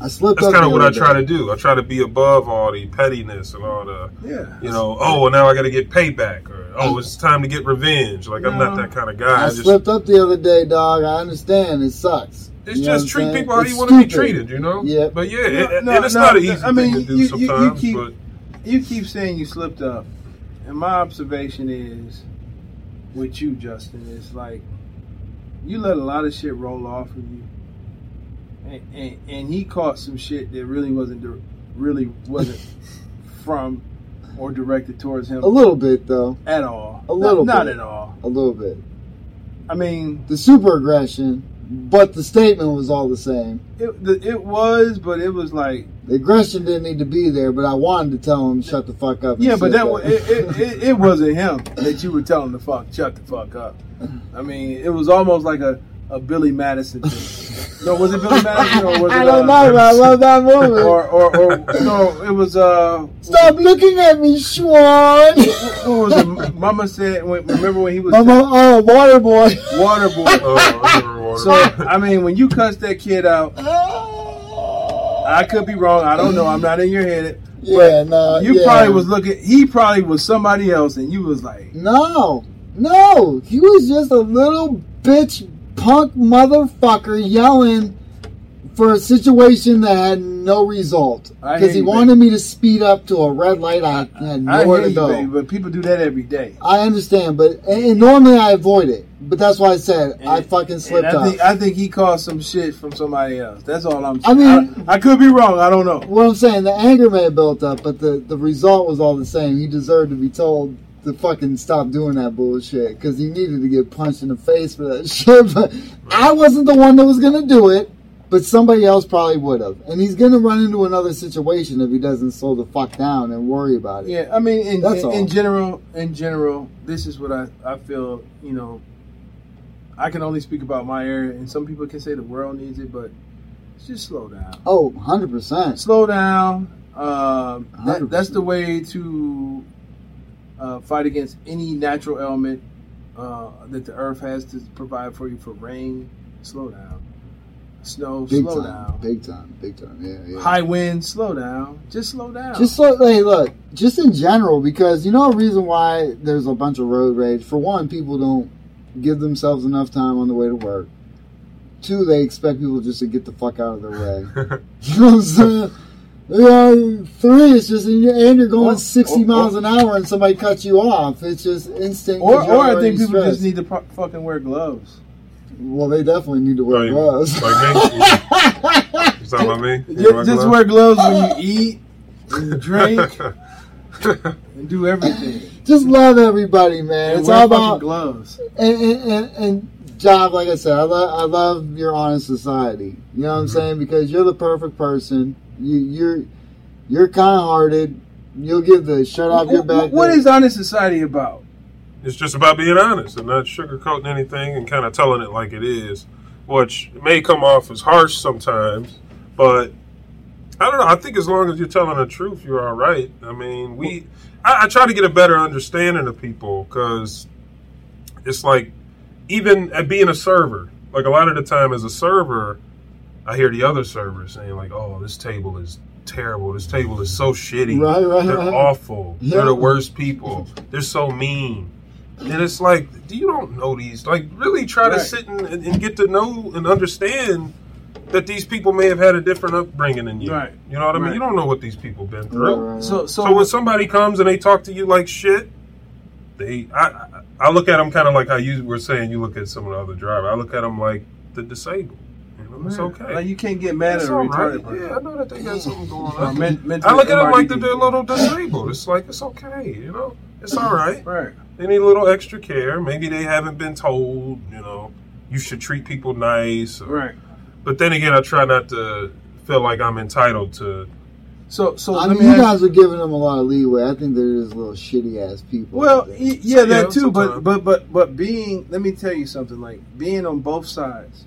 B: I slipped up.
C: That's kind of
B: the
C: what I
B: other
C: try
B: day.
C: to do. I try to be above all the pettiness and all the.
D: Yeah.
C: You know, oh, well, now I got to get payback, or oh, it's time to get revenge. Like I'm not
D: No.
C: that kind of guy.
B: I,
C: I just-
B: slipped up the other day, dog. I understand. It sucks.
C: It's
B: You know what
C: just
B: I'm
C: treat
B: saying?
C: people how
B: It's
C: you want to be
B: stupid.
C: treated, you know.
B: Yeah.
C: But yeah,
D: No,
C: it-
D: no,
C: and it's
D: no,
C: not an
D: no,
C: easy
D: I mean,
C: thing to do
D: you- you- you
C: sometimes.
D: keep-
C: but
D: You keep saying you slipped up, and my observation is, with you, Justin, is like you let a lot of shit roll off of you, and and, and he caught some shit that really wasn't dir- really wasn't from or directed towards him
B: A little bit though.
D: at all.
B: a little
D: not,
B: bit.
D: not at all.
B: A little bit.
D: I mean,
B: the super aggression, but the statement was all the same.
D: it the, it was, but it was like
B: The aggression didn't need to be there, but I wanted to tell him shut the fuck up. and
D: yeah, but
B: sit
D: that
B: there.
D: wa- it, it, it, it wasn't him that you were telling the fuck shut the fuck up. I mean, it was almost like a, a Billy Madison thing. no, was it Billy Madison or was it?
B: I don't
D: uh,
B: know, but I love that movie.
D: Or or, or no, it was uh.
B: Stop looking at me, Schwan.
D: Who was it? Mama said. When, remember when he was
B: Mama, oh, water boy.
D: water boy?
C: oh, I never wore
D: So
C: it.
D: I mean, when you cussed that kid out, I could be wrong. I don't know. I'm not in your head.
B: yeah, no.
D: You
B: Uh, yeah.
D: probably was looking. He probably was somebody else, and you was like,
B: No, no. He was just a little bitch punk motherfucker yelling for a situation that had no result
D: I
B: because
D: hear
B: he
D: you,
B: wanted me to speed up to a red light. I had
D: I
B: nowhere
D: hear
B: to
D: you,
B: go.
D: baby, but people do that every day.
B: I understand, but and, and normally I avoid it. But that's why I said I fucking
D: And
B: slipped
D: I
B: up.
D: think I think he caused some shit from somebody else. That's all I'm.
B: I
D: saying.
B: mean-
D: I, I could be wrong. I don't know.
B: what I'm saying, the anger may have built up, but the, the result was all the same. He deserved to be told to fucking stop doing that bullshit because he needed to get punched in the face for that shit. But I wasn't the one that was going to do it, but somebody else probably would have. And he's going to run into another situation if he doesn't slow the fuck down and worry about it.
D: Yeah, I mean, in,
B: That's
D: in, in
B: all.
D: general, in general, this is what I, I feel. You know, I can only speak about my area, and some people can say the world needs it, but just slow down.
B: Oh, 100%.
D: slow down. Um, that,
B: 100%.
D: that's the way to uh, fight against any natural element uh, that the earth has to provide for you for rain. Slow down. Snow,
B: Big
D: slow
B: time.
D: down.
B: Big time. Big time. Yeah, yeah.
D: High wind, slow down. Just slow down.
B: Just so, hey, look, just in general, because you know a reason why there's a bunch of road rage. For one, people don't give themselves enough time on the way to work. Two, they expect people just to get the fuck out of their way. you know what I'm saying? Yeah, three, it's just and you're, and you're going
D: Or-
B: 60
D: or-
B: miles an hour and somebody cuts you off. It's just instinct. 'cause
D: or,
B: you're
D: or I
B: already
D: think people
B: stressed.
D: just need to pro- fucking wear gloves.
B: Well, they definitely need to wear
C: Like,
B: gloves.
C: like me? You talking about me? You
D: Ju-
C: know,
D: just
C: like-
D: wear gloves when you eat, and you drink, and do everything.
B: just love everybody, man.
D: And
B: it's
D: wear
B: all
D: fucking
B: about
D: gloves.
B: and and, and, and job like i said I, lo- I love your honest society you know what i'm
C: Mm-hmm.
B: saying because you're the perfect person you you're you're kind hearted you'll give the shut off your
D: Wh-
B: back
D: wh- what is honest society about?
C: It's just about being honest and not sugarcoating anything and kind of telling it like it is, which may come off as harsh sometimes, but I don't know. I think as long as you're telling the truth, you're all right. I mean, we, I, I try to get a better understanding of people because it's like even at being a server, like a lot of the time as a server, I hear the other servers saying like, "Oh, this table is terrible. This table is so shitty.
B: Right, right,
C: They're
B: right.
C: awful.
B: Yeah.
C: They're the worst people. They're so mean." And it's like, do you don't know these? Like, really try
D: Right.
C: to sit and, and and get to know and understand that these people may have had a different upbringing than you.
D: Right.
C: You know what I mean?
D: Right.
C: You don't know what these people been
B: Right,
C: through.
B: right, right.
D: So, so,
C: So when somebody comes and they talk to you like shit, they I I- I look at them kind of like how you were saying you look at some of the other drivers. I look at them like the disabled. You know, it's
D: Yeah.
C: okay.
D: Like you can't get mad
C: It's
D: at a
C: all
D: retarded
C: right. Yeah, I
D: person.
C: know that they got something going
D: Or
C: on.
D: men- mentally
C: I look at them like
D: MRDD.
C: they're a little disabled. It's like it's okay. You know, it's all right.
D: Right.
C: They need a little extra care. Maybe they haven't been told. You know, you should treat people nice. or-
D: Right.
C: But then again, I try not to feel like I'm entitled to.
D: So so
B: I
D: let
B: mean,
D: me
B: you
D: ask,
B: guys are giving them a lot of leeway. I think they're just little shitty ass people.
D: well y- yeah
C: Yeah,
D: that too but
C: sometimes.
D: but but but being let me tell you something like being on both sides.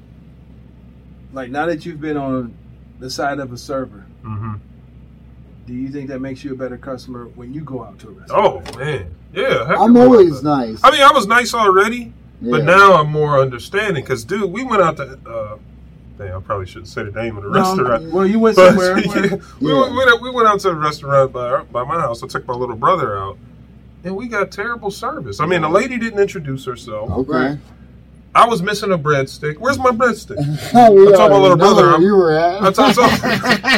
D: Like now that you've been on the side of a server,
C: hmm
D: do you think that makes you a better customer when you go out to a restaurant?
C: Oh man, yeah. heck
B: I'm
C: yeah,
B: always
C: that.
B: nice.
C: I mean, I was nice already, but
B: Yeah.
C: now I'm more understanding. Cause, dude, we went out to. Uh, dang, I probably shouldn't say the name of the restaurant.
D: well, you went
C: But
D: somewhere.
C: yeah,
D: where-
C: we,
B: Yeah.
C: went- we went, we went out to a restaurant by our, by my house. I took my little brother out, and we got terrible service. I mean, the lady didn't introduce herself.
B: okay.
C: I was missing a breadstick. Where's my breadstick?
B: we
C: I told my
B: already know
C: little brother,
B: where
C: I'm-
B: you were at.
C: I told, I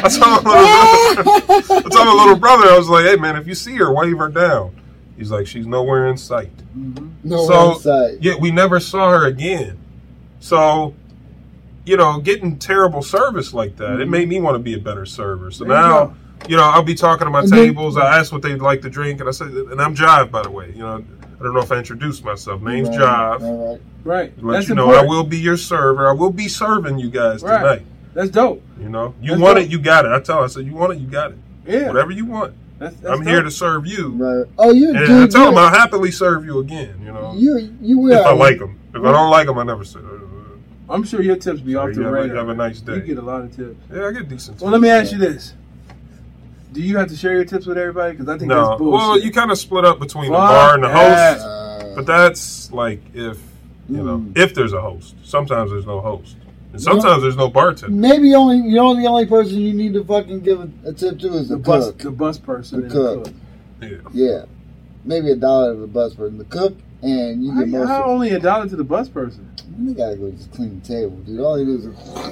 C: told, I told my little brother, I told my little brother, I was like, "Hey, man, if you see her, wave her down." He's like, "She's nowhere in sight."
D: Mm-hmm.
B: no
C: so-
B: insight.
C: Yet we never saw her again. So, you know, getting terrible service like that, it made me want to be a better server. So
D: Mm-hmm. There you
C: now,
D: go. Mm-hmm.
C: you, know, I'll be talking to my
B: And then-
C: tables. I ask what they'd like to drink, and I say, and I'm Jive, by the way. You know, I don't know if I introduced myself. Name's
B: Right,
C: Jive.
B: right, right.
D: right.
C: Let
D: That's
C: you know I
D: important.
C: will be your server. I will be serving you guys
D: Right.
C: tonight.
D: That's dope.
C: You know, you
D: That's
C: want
D: dope.
C: it, you got it. I tell her, I said, you want it, you got it.
D: Yeah.
C: Whatever you want,
D: That's, that's
C: I'm here
D: dope.
C: to serve you.
B: Right. Oh, you
C: And
B: dude,
C: I tell them
B: you-
C: I'll happily serve you again. You know,
B: you you were
C: if I
B: out-
C: like them. If I don't like them, I never serve.
D: I'm sure your tips be
C: You
D: off
C: have,
D: the
C: a- you
D: radar.
C: have a nice day.
D: You get a lot of tips.
C: yeah, I get decent.
D: Well, let me ask you this: Do you have to share your tips with everybody? Because I think
C: No,
D: that's bullshit.
C: well, you kind of split up between the
D: Fuck
C: bar and the
D: that.
C: host,
B: Uh,
C: but that's like if you know
B: Mm.
C: if there's a host. Sometimes there's no host, and sometimes there's no bartender.
B: Maybe only you know the only person you need to fucking give a, a tip to is
D: the
B: the,
D: bus,
B: cook.
D: the bus person,
B: The
D: and
B: cook.
D: the cook.
C: Yeah.
B: Yeah, maybe a dollar to the bus person, the cook, and you
D: How,
B: get most.
D: how
B: Of,
D: only a dollar to the bus person?
B: they gotta go just clean the table, dude. All they do is
C: Oh,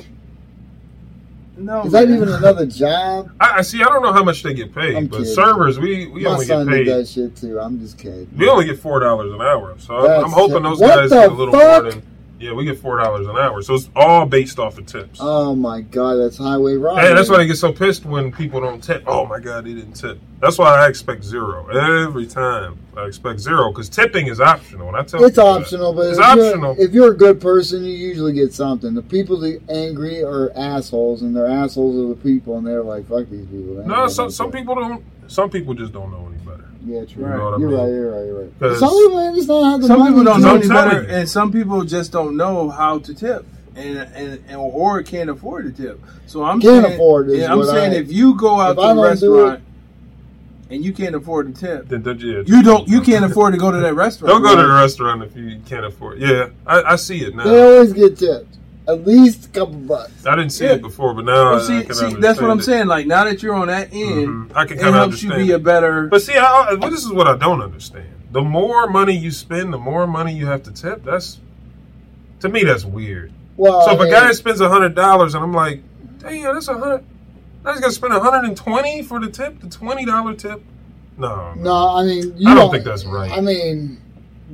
D: No,
B: Is that
D: man.
B: even another job?
C: I, I see. I don't know how much they get paid,
B: I'm
C: but
B: kidding.
C: servers we we
B: My
C: only get
B: son
C: paid.
B: did that shit too. I'm just kidding.
C: We only get four dollars an hour, so I'm, I'm
B: That's
C: hoping
B: it.
C: those
B: What
C: guys
B: the
C: get a little
B: fuck?
C: more than. Yeah, we get four dollars an hour, so it's all based off of tips.
D: Uh,
B: Oh my god, that's highway robbery.
C: hey, that's why they get so pissed when people don't tip. Oh my god, they didn't tip. That's why I expect zero every time. I expect zero because tipping is optional, and I tell
B: It's
C: people that.
B: optional, but
C: It's
B: if,
C: optional.
B: You're, if you're a good person, you usually get something. The people that angry are assholes, and they're assholes are the people, and they're like, "Fuck these people." They ain't
C: No,
B: got
C: some some
B: shit.
C: people don't. Some people just don't know any better.
B: Yeah, true.
D: You know
B: You're
C: what I mean?
B: right. You're right. You're right.
C: 'Cause-
B: Some people just don't have the
D: some
B: money.
D: people don't
B: to-
D: know
C: I'm
D: any
C: telling
D: better,
C: you.
D: and some people just don't know how to tip, and and, and or can't afford to tip. So I'm
B: Can't
D: saying,
B: afford is
D: yeah, I'm
B: what
D: saying
B: I-
D: if you go out
B: if
D: to
B: I
D: a
B: don't do
D: restaurant and you can't afford to tip,
C: Then- then- yeah,
D: you don't you can't afford to go to that restaurant.
C: Don't go to the restaurant if you can't afford. Yeah, I, I see it now.
B: They always get tipped, at least a couple bucks.
C: I didn't see
D: Yeah.
C: it before, but now
D: Well,
C: I- I can
D: see, see
C: understand
D: that's what I'm
C: it.
D: saying. Like now that you're on that end,
C: Mhm. I can
D: it
C: kind of
D: helps you
C: understand.
D: be a
C: it.
D: better.
C: but see, I, I- well, this is what I don't understand. The more money you spend, the more money you have to tip. That's to me, that's weird.
B: Well,
C: so if
B: I
C: a
B: mean,
C: guy spends hundred dollars, and I'm like, damn, that's a hundred. I just got to spend hundred and twenty for the tip, the twenty dollar tip. No,
B: no, I mean, you
C: I don't think that's right.
B: I mean,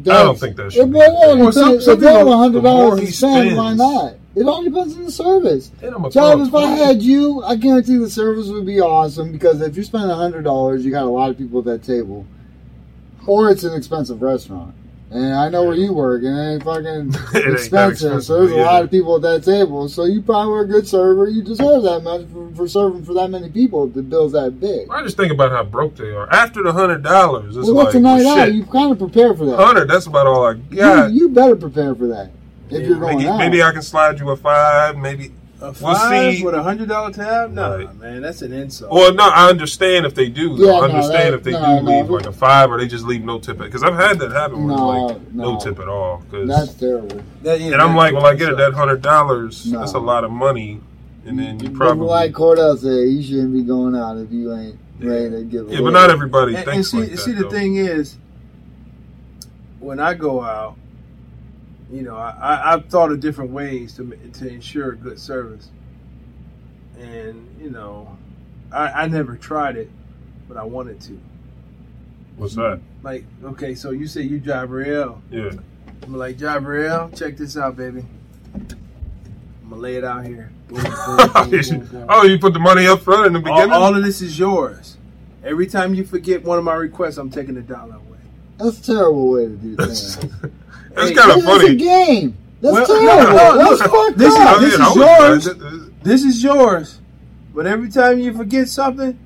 C: I don't think that should
B: If
C: be
B: they're
C: the thing.
B: willing to
D: Well, some-
B: spend-
D: some
B: if they have
D: people-
B: hundred
C: the more
B: dollars
C: he
B: to spend, why
C: spends-
B: not? It all depends on the service.
C: And I'm a
B: Job, if I
C: pro-
B: had you, I guarantee the service would be awesome because if you're spending hundred dollars, you got a lot of people at that table, or it's an expensive restaurant. And I know where you work, and it ain't fucking
C: It ain't that
B: expensive,
C: expensive,
B: So there's a
C: yeah.
B: lot of people at that table. So you probably were a good server. You deserve that much for, for serving for that many people. If the bill's that big.
C: I just think about how broke they are. After the hundred dollars, it's
B: Well,
C: like
B: that's a night
C: well,
B: out.
C: shit.
B: You kind of prepare for that.
C: Hundred. That's about all I
B: You,
C: got.
B: you better prepare for that if you're going
C: maybe,
B: out.
C: maybe I can slide you a five. Maybe.
D: A
C: Well,
D: five
C: see-
D: with a hundred dollar tab? Nah,
C: Right.
D: man, that's an insult.
C: Well, no, I understand if they do. though.
B: Yeah,
C: I
B: no, that-
C: understand if they
B: no,
C: do
B: no.
C: leave like a five, or they just leave no tip. Because I've had that happen where
B: No,
C: like no,
B: no.
C: tip at all. 'cause-
B: That's terrible.
D: That- yeah,
C: and I'm
D: that-
C: like, well, I get it. That hundred dollars.
B: No.
C: That's a lot of money. And then you probably
B: like Cordell said, you shouldn't be going out if you ain't ready to give.
C: yeah,
B: away.
C: but not everybody
D: and, and
C: thinks
D: see,
C: like that.
D: see the
C: though.
D: thing is, when I go out, you know, I, I, I've thought of different ways to ma- to ensure good service, and you know, I, I never tried it, but I wanted to.
C: What's that?
D: Like, okay, so you say you drive rail.
C: Yeah.
D: I'm like, Jabriel, check this out, baby. I'm gonna lay it out here. Boom, boom, boom, boom, boom.
C: oh, you put the money up front in the beginning.
D: All, all of this is yours. Every time you forget one of my requests, I'm taking a dollar away.
B: That's a terrible way to do
C: that's
B: things.
D: Hey,
C: kind of
B: That's a
C: funny.
B: game. That's
D: Well,
B: terrible.
D: no, no,
B: That's
D: no.
B: fucked
D: This is-
B: up.
D: this
C: yeah,
D: is
C: I was-
D: yours.
C: I-
D: This is yours. But every time you forget something,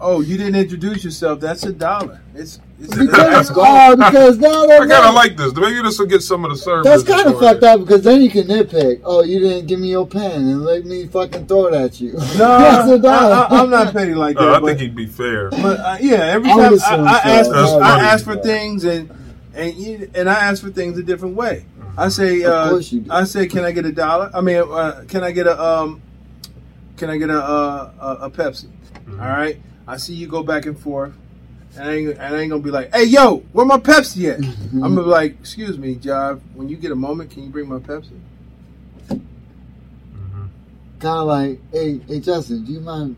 D: oh, you didn't introduce yourself. That's a dollar. It's it's
B: because,
C: That's
D: it's
C: cool.
B: oh, because now they're
C: I kind of like this. Maybe this will get some of the service.
B: That's kind of fucked up because then you can nitpick. Oh, you didn't give me your pen and let me fucking throw it at you.
D: No,
B: that's a dollar.
D: I, I, am not petty like that.
C: No, Uh, I
D: but,
C: think he'd be fair.
D: but uh, yeah, every
B: I would assume
D: time I, I
B: so.
D: ask, for,
C: That's
D: I
C: funny.
D: ask for things and and you, and I ask for things a different way. I say,
B: Of
D: uh,
B: course you do.
D: I say, can I get a dollar? I mean, uh, can I get a um, can I get a uh, a, a Pepsi?
C: Mm-hmm.
D: All right. I see you go back and forth. And I, ain't, and I ain't gonna be like, hey yo, where my Pepsi at? I'm gonna be like, excuse me, Jive, when you get a moment, can you bring my Pepsi?
B: kind of like, hey, hey, Justin, do you mind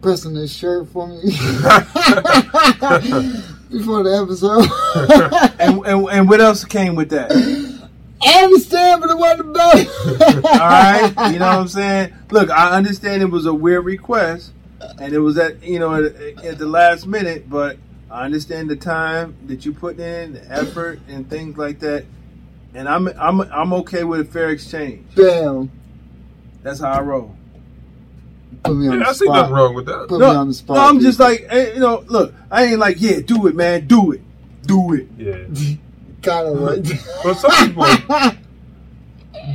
B: pressing this shirt for me before the episode?
D: And, and and what else came with that?
B: I understand, but it wasn't about. it.
D: All right, you know what I'm saying? Look, I understand it was a weird request, and it was at you know at, at the last minute, but I understand the time that you put in, the effort, and things like that. And I'm I'm I'm okay with a fair exchange.
B: Bam.
D: That's how I roll.
B: Put me on
C: Yeah, I
B: the
C: see nothing
B: spot.
C: wrong with that.
B: Put
D: No,
B: me on the spot.
D: no, I'm
B: dude.
D: just like eh, you know. Look, I ain't like yeah, do it, man, do it, do it,
C: Yeah.
B: kind of like.
C: But some people,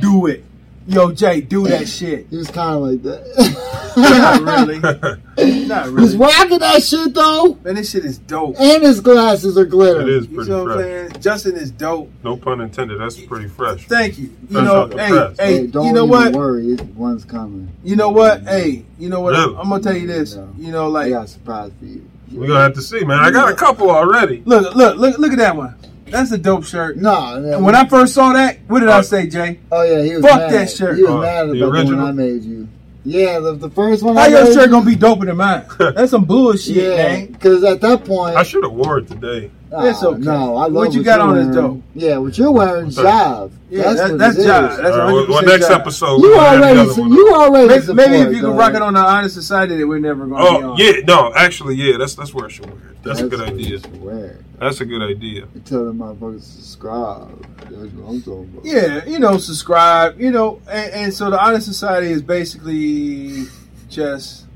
D: do it. Yo, Jay, do that shit.
B: He was kind of like
D: Not
B: that.
D: really,
C: it
D: not
B: He's
D: really.
B: rocking that shit though,
D: Man, this shit is dope.
B: and his glasses are glitter.
C: is
D: You
C: pretty
D: know what I'm
C: fresh.
D: saying? Justin is dope.
C: No pun intended. That's pretty fresh.
D: Thank you. You
C: That's
D: know,
C: not the
D: hey,
C: press.
D: hey,
B: don't
D: you know
B: even
D: what?
B: worry, it- one's coming.
D: You know what? Hey, you know what?
C: Really?
D: I'm gonna tell you this.
B: No.
D: You know,
B: I
D: like
B: got a surprise for you.
C: We're gonna have to see, man. I got a couple already.
D: look, look, look, look at that one. That's a dope shirt.
B: Nah, nah,
D: And when I first saw that, what did I
C: Uh,
D: say, Jay?
B: oh yeah, he was
D: Fuck
B: mad.
D: that shirt.
B: He was
C: Uh,
B: mad
C: the
B: about the one
C: original?
B: I made you. Yeah, the, the first one.
D: How
B: I
D: your
B: heard-
D: shirt gonna be doper than mine? That's some bullshit,
B: Yeah,
D: man.
B: because at that point,
C: I should have wore it today.
B: Ah,
D: It's okay.
B: No, I love
D: What you got
B: you're
D: on is
B: wearing.
D: dope.
B: Yeah, what you're wearing,
C: What's that?
B: jive.
D: Yeah,
B: that's
D: that-
B: what
D: that's
B: it is.
D: jive. That's
C: All right, well,
D: 100%
C: well, next
D: jive.
C: episode.
B: You
C: we're gonna have the
B: already,
C: other one
B: you
C: up.
B: already.
D: Maybe,
B: support,
D: maybe if you can
B: dog.
D: rock it on the Honest Society that we're never gonna be
C: Oh
D: on.
C: yeah, no, actually, yeah, that's that's where I should wear it. That's a good
B: what
C: idea.
B: it's weird.
C: That's a good idea.
B: You Tell them motherfuckers to subscribe. That's what I'm talking about.
D: Yeah, you know, subscribe, you know, and, and so the Honest Society is basically just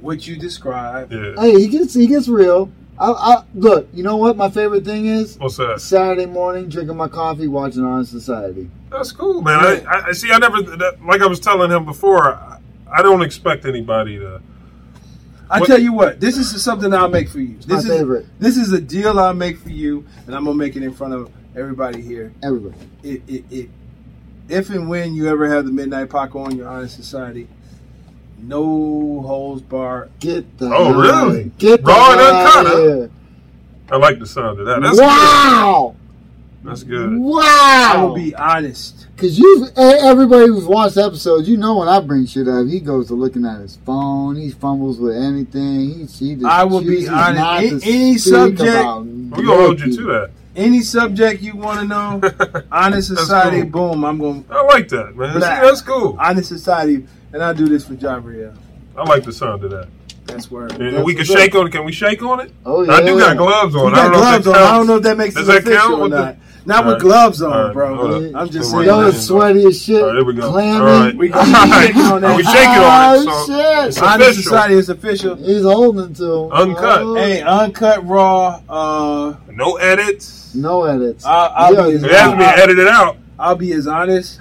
D: what you describe.
C: Yeah.
B: Hey, he gets he gets real. I, I look. You know what? My favorite thing is
C: What's that?
B: Saturday morning drinking my coffee, watching Honest Society.
C: That's cool, man. I, I- I see. I never that, like I was telling him before. I, I don't expect anybody to.
D: I
C: What-
D: tell you what, this is something I'll make for you.
B: my
D: This is
B: favorite.
D: this is a deal I'll make for you, and I'm gonna make it in front of everybody here.
B: Everybody.
D: It, it, it, if and when you ever have the Midnight Paco on your Honest Society, no holes barred.
B: Get the
C: Oh,
B: hell out of
C: really?
B: here. Get the
C: Raw
B: hell
C: and
B: out of
C: uncut, huh?
B: here.
C: I like the sound of that. That's
B: wow!
C: good. That's good.
B: Wow!
D: I will be honest.
B: Cause you, e- everybody who's watched episodes, you know when I bring shit up, he goes to looking at his phone. He fumbles with anything. He, he just
D: I will be
B: chooses
D: honest.
B: not
D: A-
B: to
D: any
B: speak
D: subject-
B: about
C: We're gonna hold you to
D: Any subject you want to know,
C: that.
D: Honest
C: That's
D: Society,
C: cool.
D: boom, I'm going to
C: I like that, man. See,
D: Black.
C: that's cool.
D: Honest Society, and I do this for Jabriel.
C: I like the sound of that.
D: That's where.
C: And
B: That's
C: we can
B: what's up.
C: shake on it. Can we shake on it?
B: Oh yeah,
C: I do got gloves
D: You
C: on. I
D: got
C: don't know if
D: gloves
C: that
D: on. I don't know
C: counts.
D: if that makes
C: Does
D: it
C: that count
D: official or
C: with the-
D: not. Not
C: All
D: with
C: right.
D: gloves on,
C: All right,
D: bro.
C: hold
B: up.
D: I'm just
C: So we're
D: saying.
B: That
C: gonna-
B: was sweaty as shit.
C: All right, there we go.
B: Clammy.
C: All right.
D: We-
C: All right.
D: we shaking on that.
C: We shaking on it.
B: Oh,
C: So
B: shit.
C: It's
D: Honest
C: official.
D: Society is official.
B: He's holding to him.
C: Uncut.
B: Oh,
D: Hey, uncut raw. Uh,
C: No edits.
B: No edits.
D: I'll, I'll,
B: Yeah,
D: be
C: If
D: as,
B: yeah.
C: it has to be
D: I'll,
C: edited out.
D: I'll be as honest.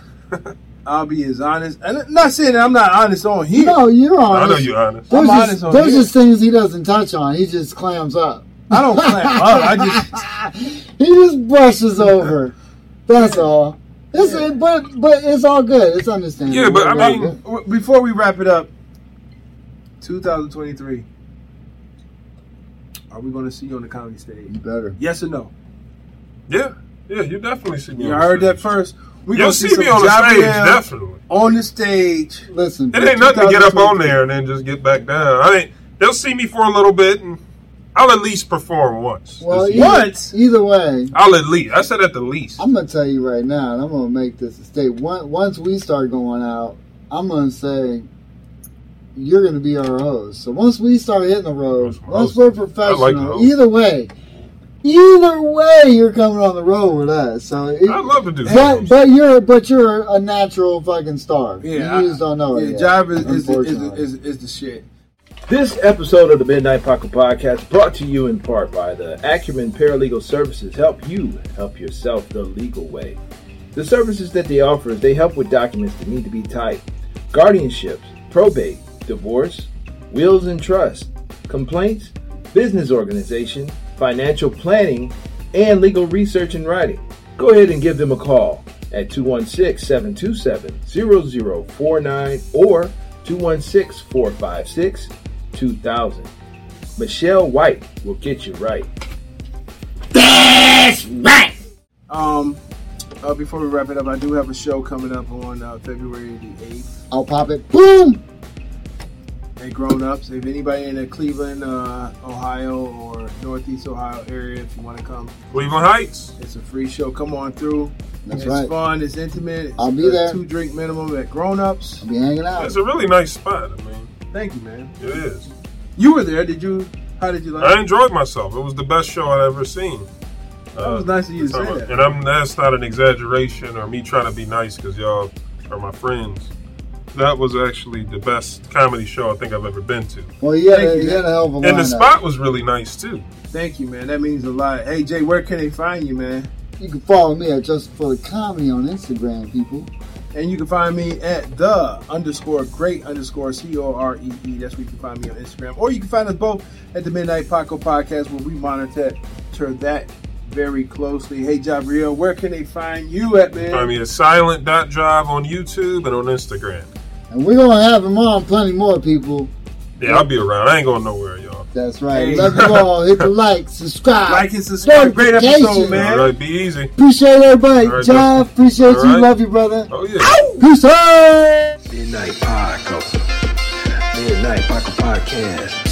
D: I'll be as honest. And I'm not saying that I'm not honest on here.
B: no, you're
C: I
B: honest.
C: know you're honest.
B: There's,
D: I'm
B: just,
D: honest on
B: there's
D: here.
B: just things he doesn't touch on. He just clams up.
D: I don't claim up. I just
B: he just brushes over. That's all. It's, But but it's all good. It's understandable.
C: Yeah, but I
B: We're all
C: mean-
D: w- before we wrap it up. 2023. Are we going to see you on the comedy
B: good. you
D: stage?
B: better.
D: Yes or no?
C: Yeah, yeah, you definitely see me.
D: You
C: on
D: heard
C: the
D: that
C: stage.
D: first. We
C: You'll
D: gonna
C: see me
D: some
C: on the stage,
D: Jabriel
C: definitely.
D: on the stage.
B: Listen,
C: It ain't nothing to get up on there and then just get back down. I ain't. They'll see me for a little bit, and I'll at least perform once.
B: Well,
C: This-
B: either,
D: What?
B: Either way,
C: I'll at least. I said at the least.
B: I'm gonna tell you right now, and I'm gonna make this a statement. Once once we start going out, I'm gonna say you're gonna be our host. So once we start hitting the road,
C: That's my
B: once
C: host.
B: we're
C: I like the
B: professional,
C: host.
B: either way, either way, you're coming on the road with us. So it,
C: I'd love to do
B: But
C: that.
B: but you're but you're a natural fucking star.
D: Yeah,
B: you just don't know it.
D: Yeah,
B: yet,
D: Jive is, is, is,
B: unfortunately.
D: is, is the shit.
E: This episode of the Midnight Pocket Podcast brought to you in part by the Acumen Paralegal Services. Help you help yourself the legal way. The services that they offer is they help with documents that need to be typed, guardianships, probate, divorce, wills and trust, complaints, business organization, financial planning, and legal research and writing. Go ahead and give them a call at 216 727 0049 or 216 456 2000. Michelle White will get you right.
D: Um, uh, before we wrap it up, I do have a show coming up on uh, February the eighth
B: I'll pop it. Boom.
D: at Grown Ups. If anybody in the Cleveland, uh, Ohio, or Northeast Ohio area, if you want to come,
C: Cleveland Heights.
D: it's a free show. Come on through.
B: That's
D: it's
B: right.
D: fun. It's intimate. It's
B: I'll be
D: a
B: there.
D: Two drink minimum at Grown Ups.
B: Be hanging out.
C: It's a really nice spot. I mean,
D: Thank you, man.
C: it is.
D: You were there. Did you? How did you like?
C: I
D: it?
C: enjoyed myself. It was the best show I'd ever seen.
D: That
C: uh,
D: was nice of you to say
C: Talking about-
D: that.
C: And I'm that's not an exaggeration or me trying to be nice because y'all are my friends. That was actually the best comedy show I think I've ever been to.
B: Well, you had,
D: Thank
B: a,
D: you,
B: you
D: man.
B: had a hell of a
C: And the
B: lineup.
C: spot was really nice too.
D: Thank you, man. That means a lot. Hey, Jay, where can they find you, man?
B: You can follow me at Just for the Comedy on Instagram, people.
D: And you can find me at the underscore great underscore C O R E E. That's where you can find me on Instagram. Or you can find us both at the Midnight Paco Podcast where we monitor that very closely. Hey, Jabriel, where can they find you at, man?
C: I mean, it's silent dot job on YouTube and on Instagram.
B: And we're gonna have him on plenty more people.
C: Yeah, I'll be around. I ain't going nowhere, y'all.
B: That's right.
D: Hey.
B: Love you all. Hit the like, subscribe.
D: like and subscribe. Great episode,
B: Notifications.
D: man.
C: All right, be easy.
B: Appreciate everybody.
C: All right,
B: John, appreciate
C: All
B: you.
C: right.
B: Love you, brother.
C: Oh yeah.
B: Peace
A: Midnight
B: out.
E: Midnight Paco. Midnight Paco Podcast.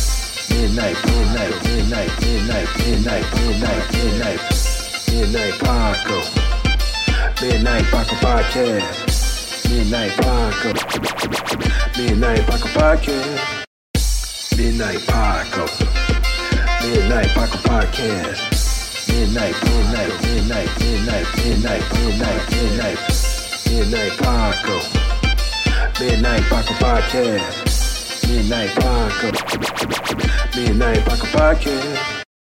E: Midnight, midnight, midnight, midnight, midnight, midnight, midnight. Midnight Paco. Midnight Paco Podcast. Midnight Paco. Midnight Paco Podcast. Midnight Paco. Midnight Paco Podcast. Midnight, midnight, midnight, midnight, midnight, midnight, midnight. Midnight Paco. Midnight Paco Podcast. Midnight Paco. Midnight Paco Podcast.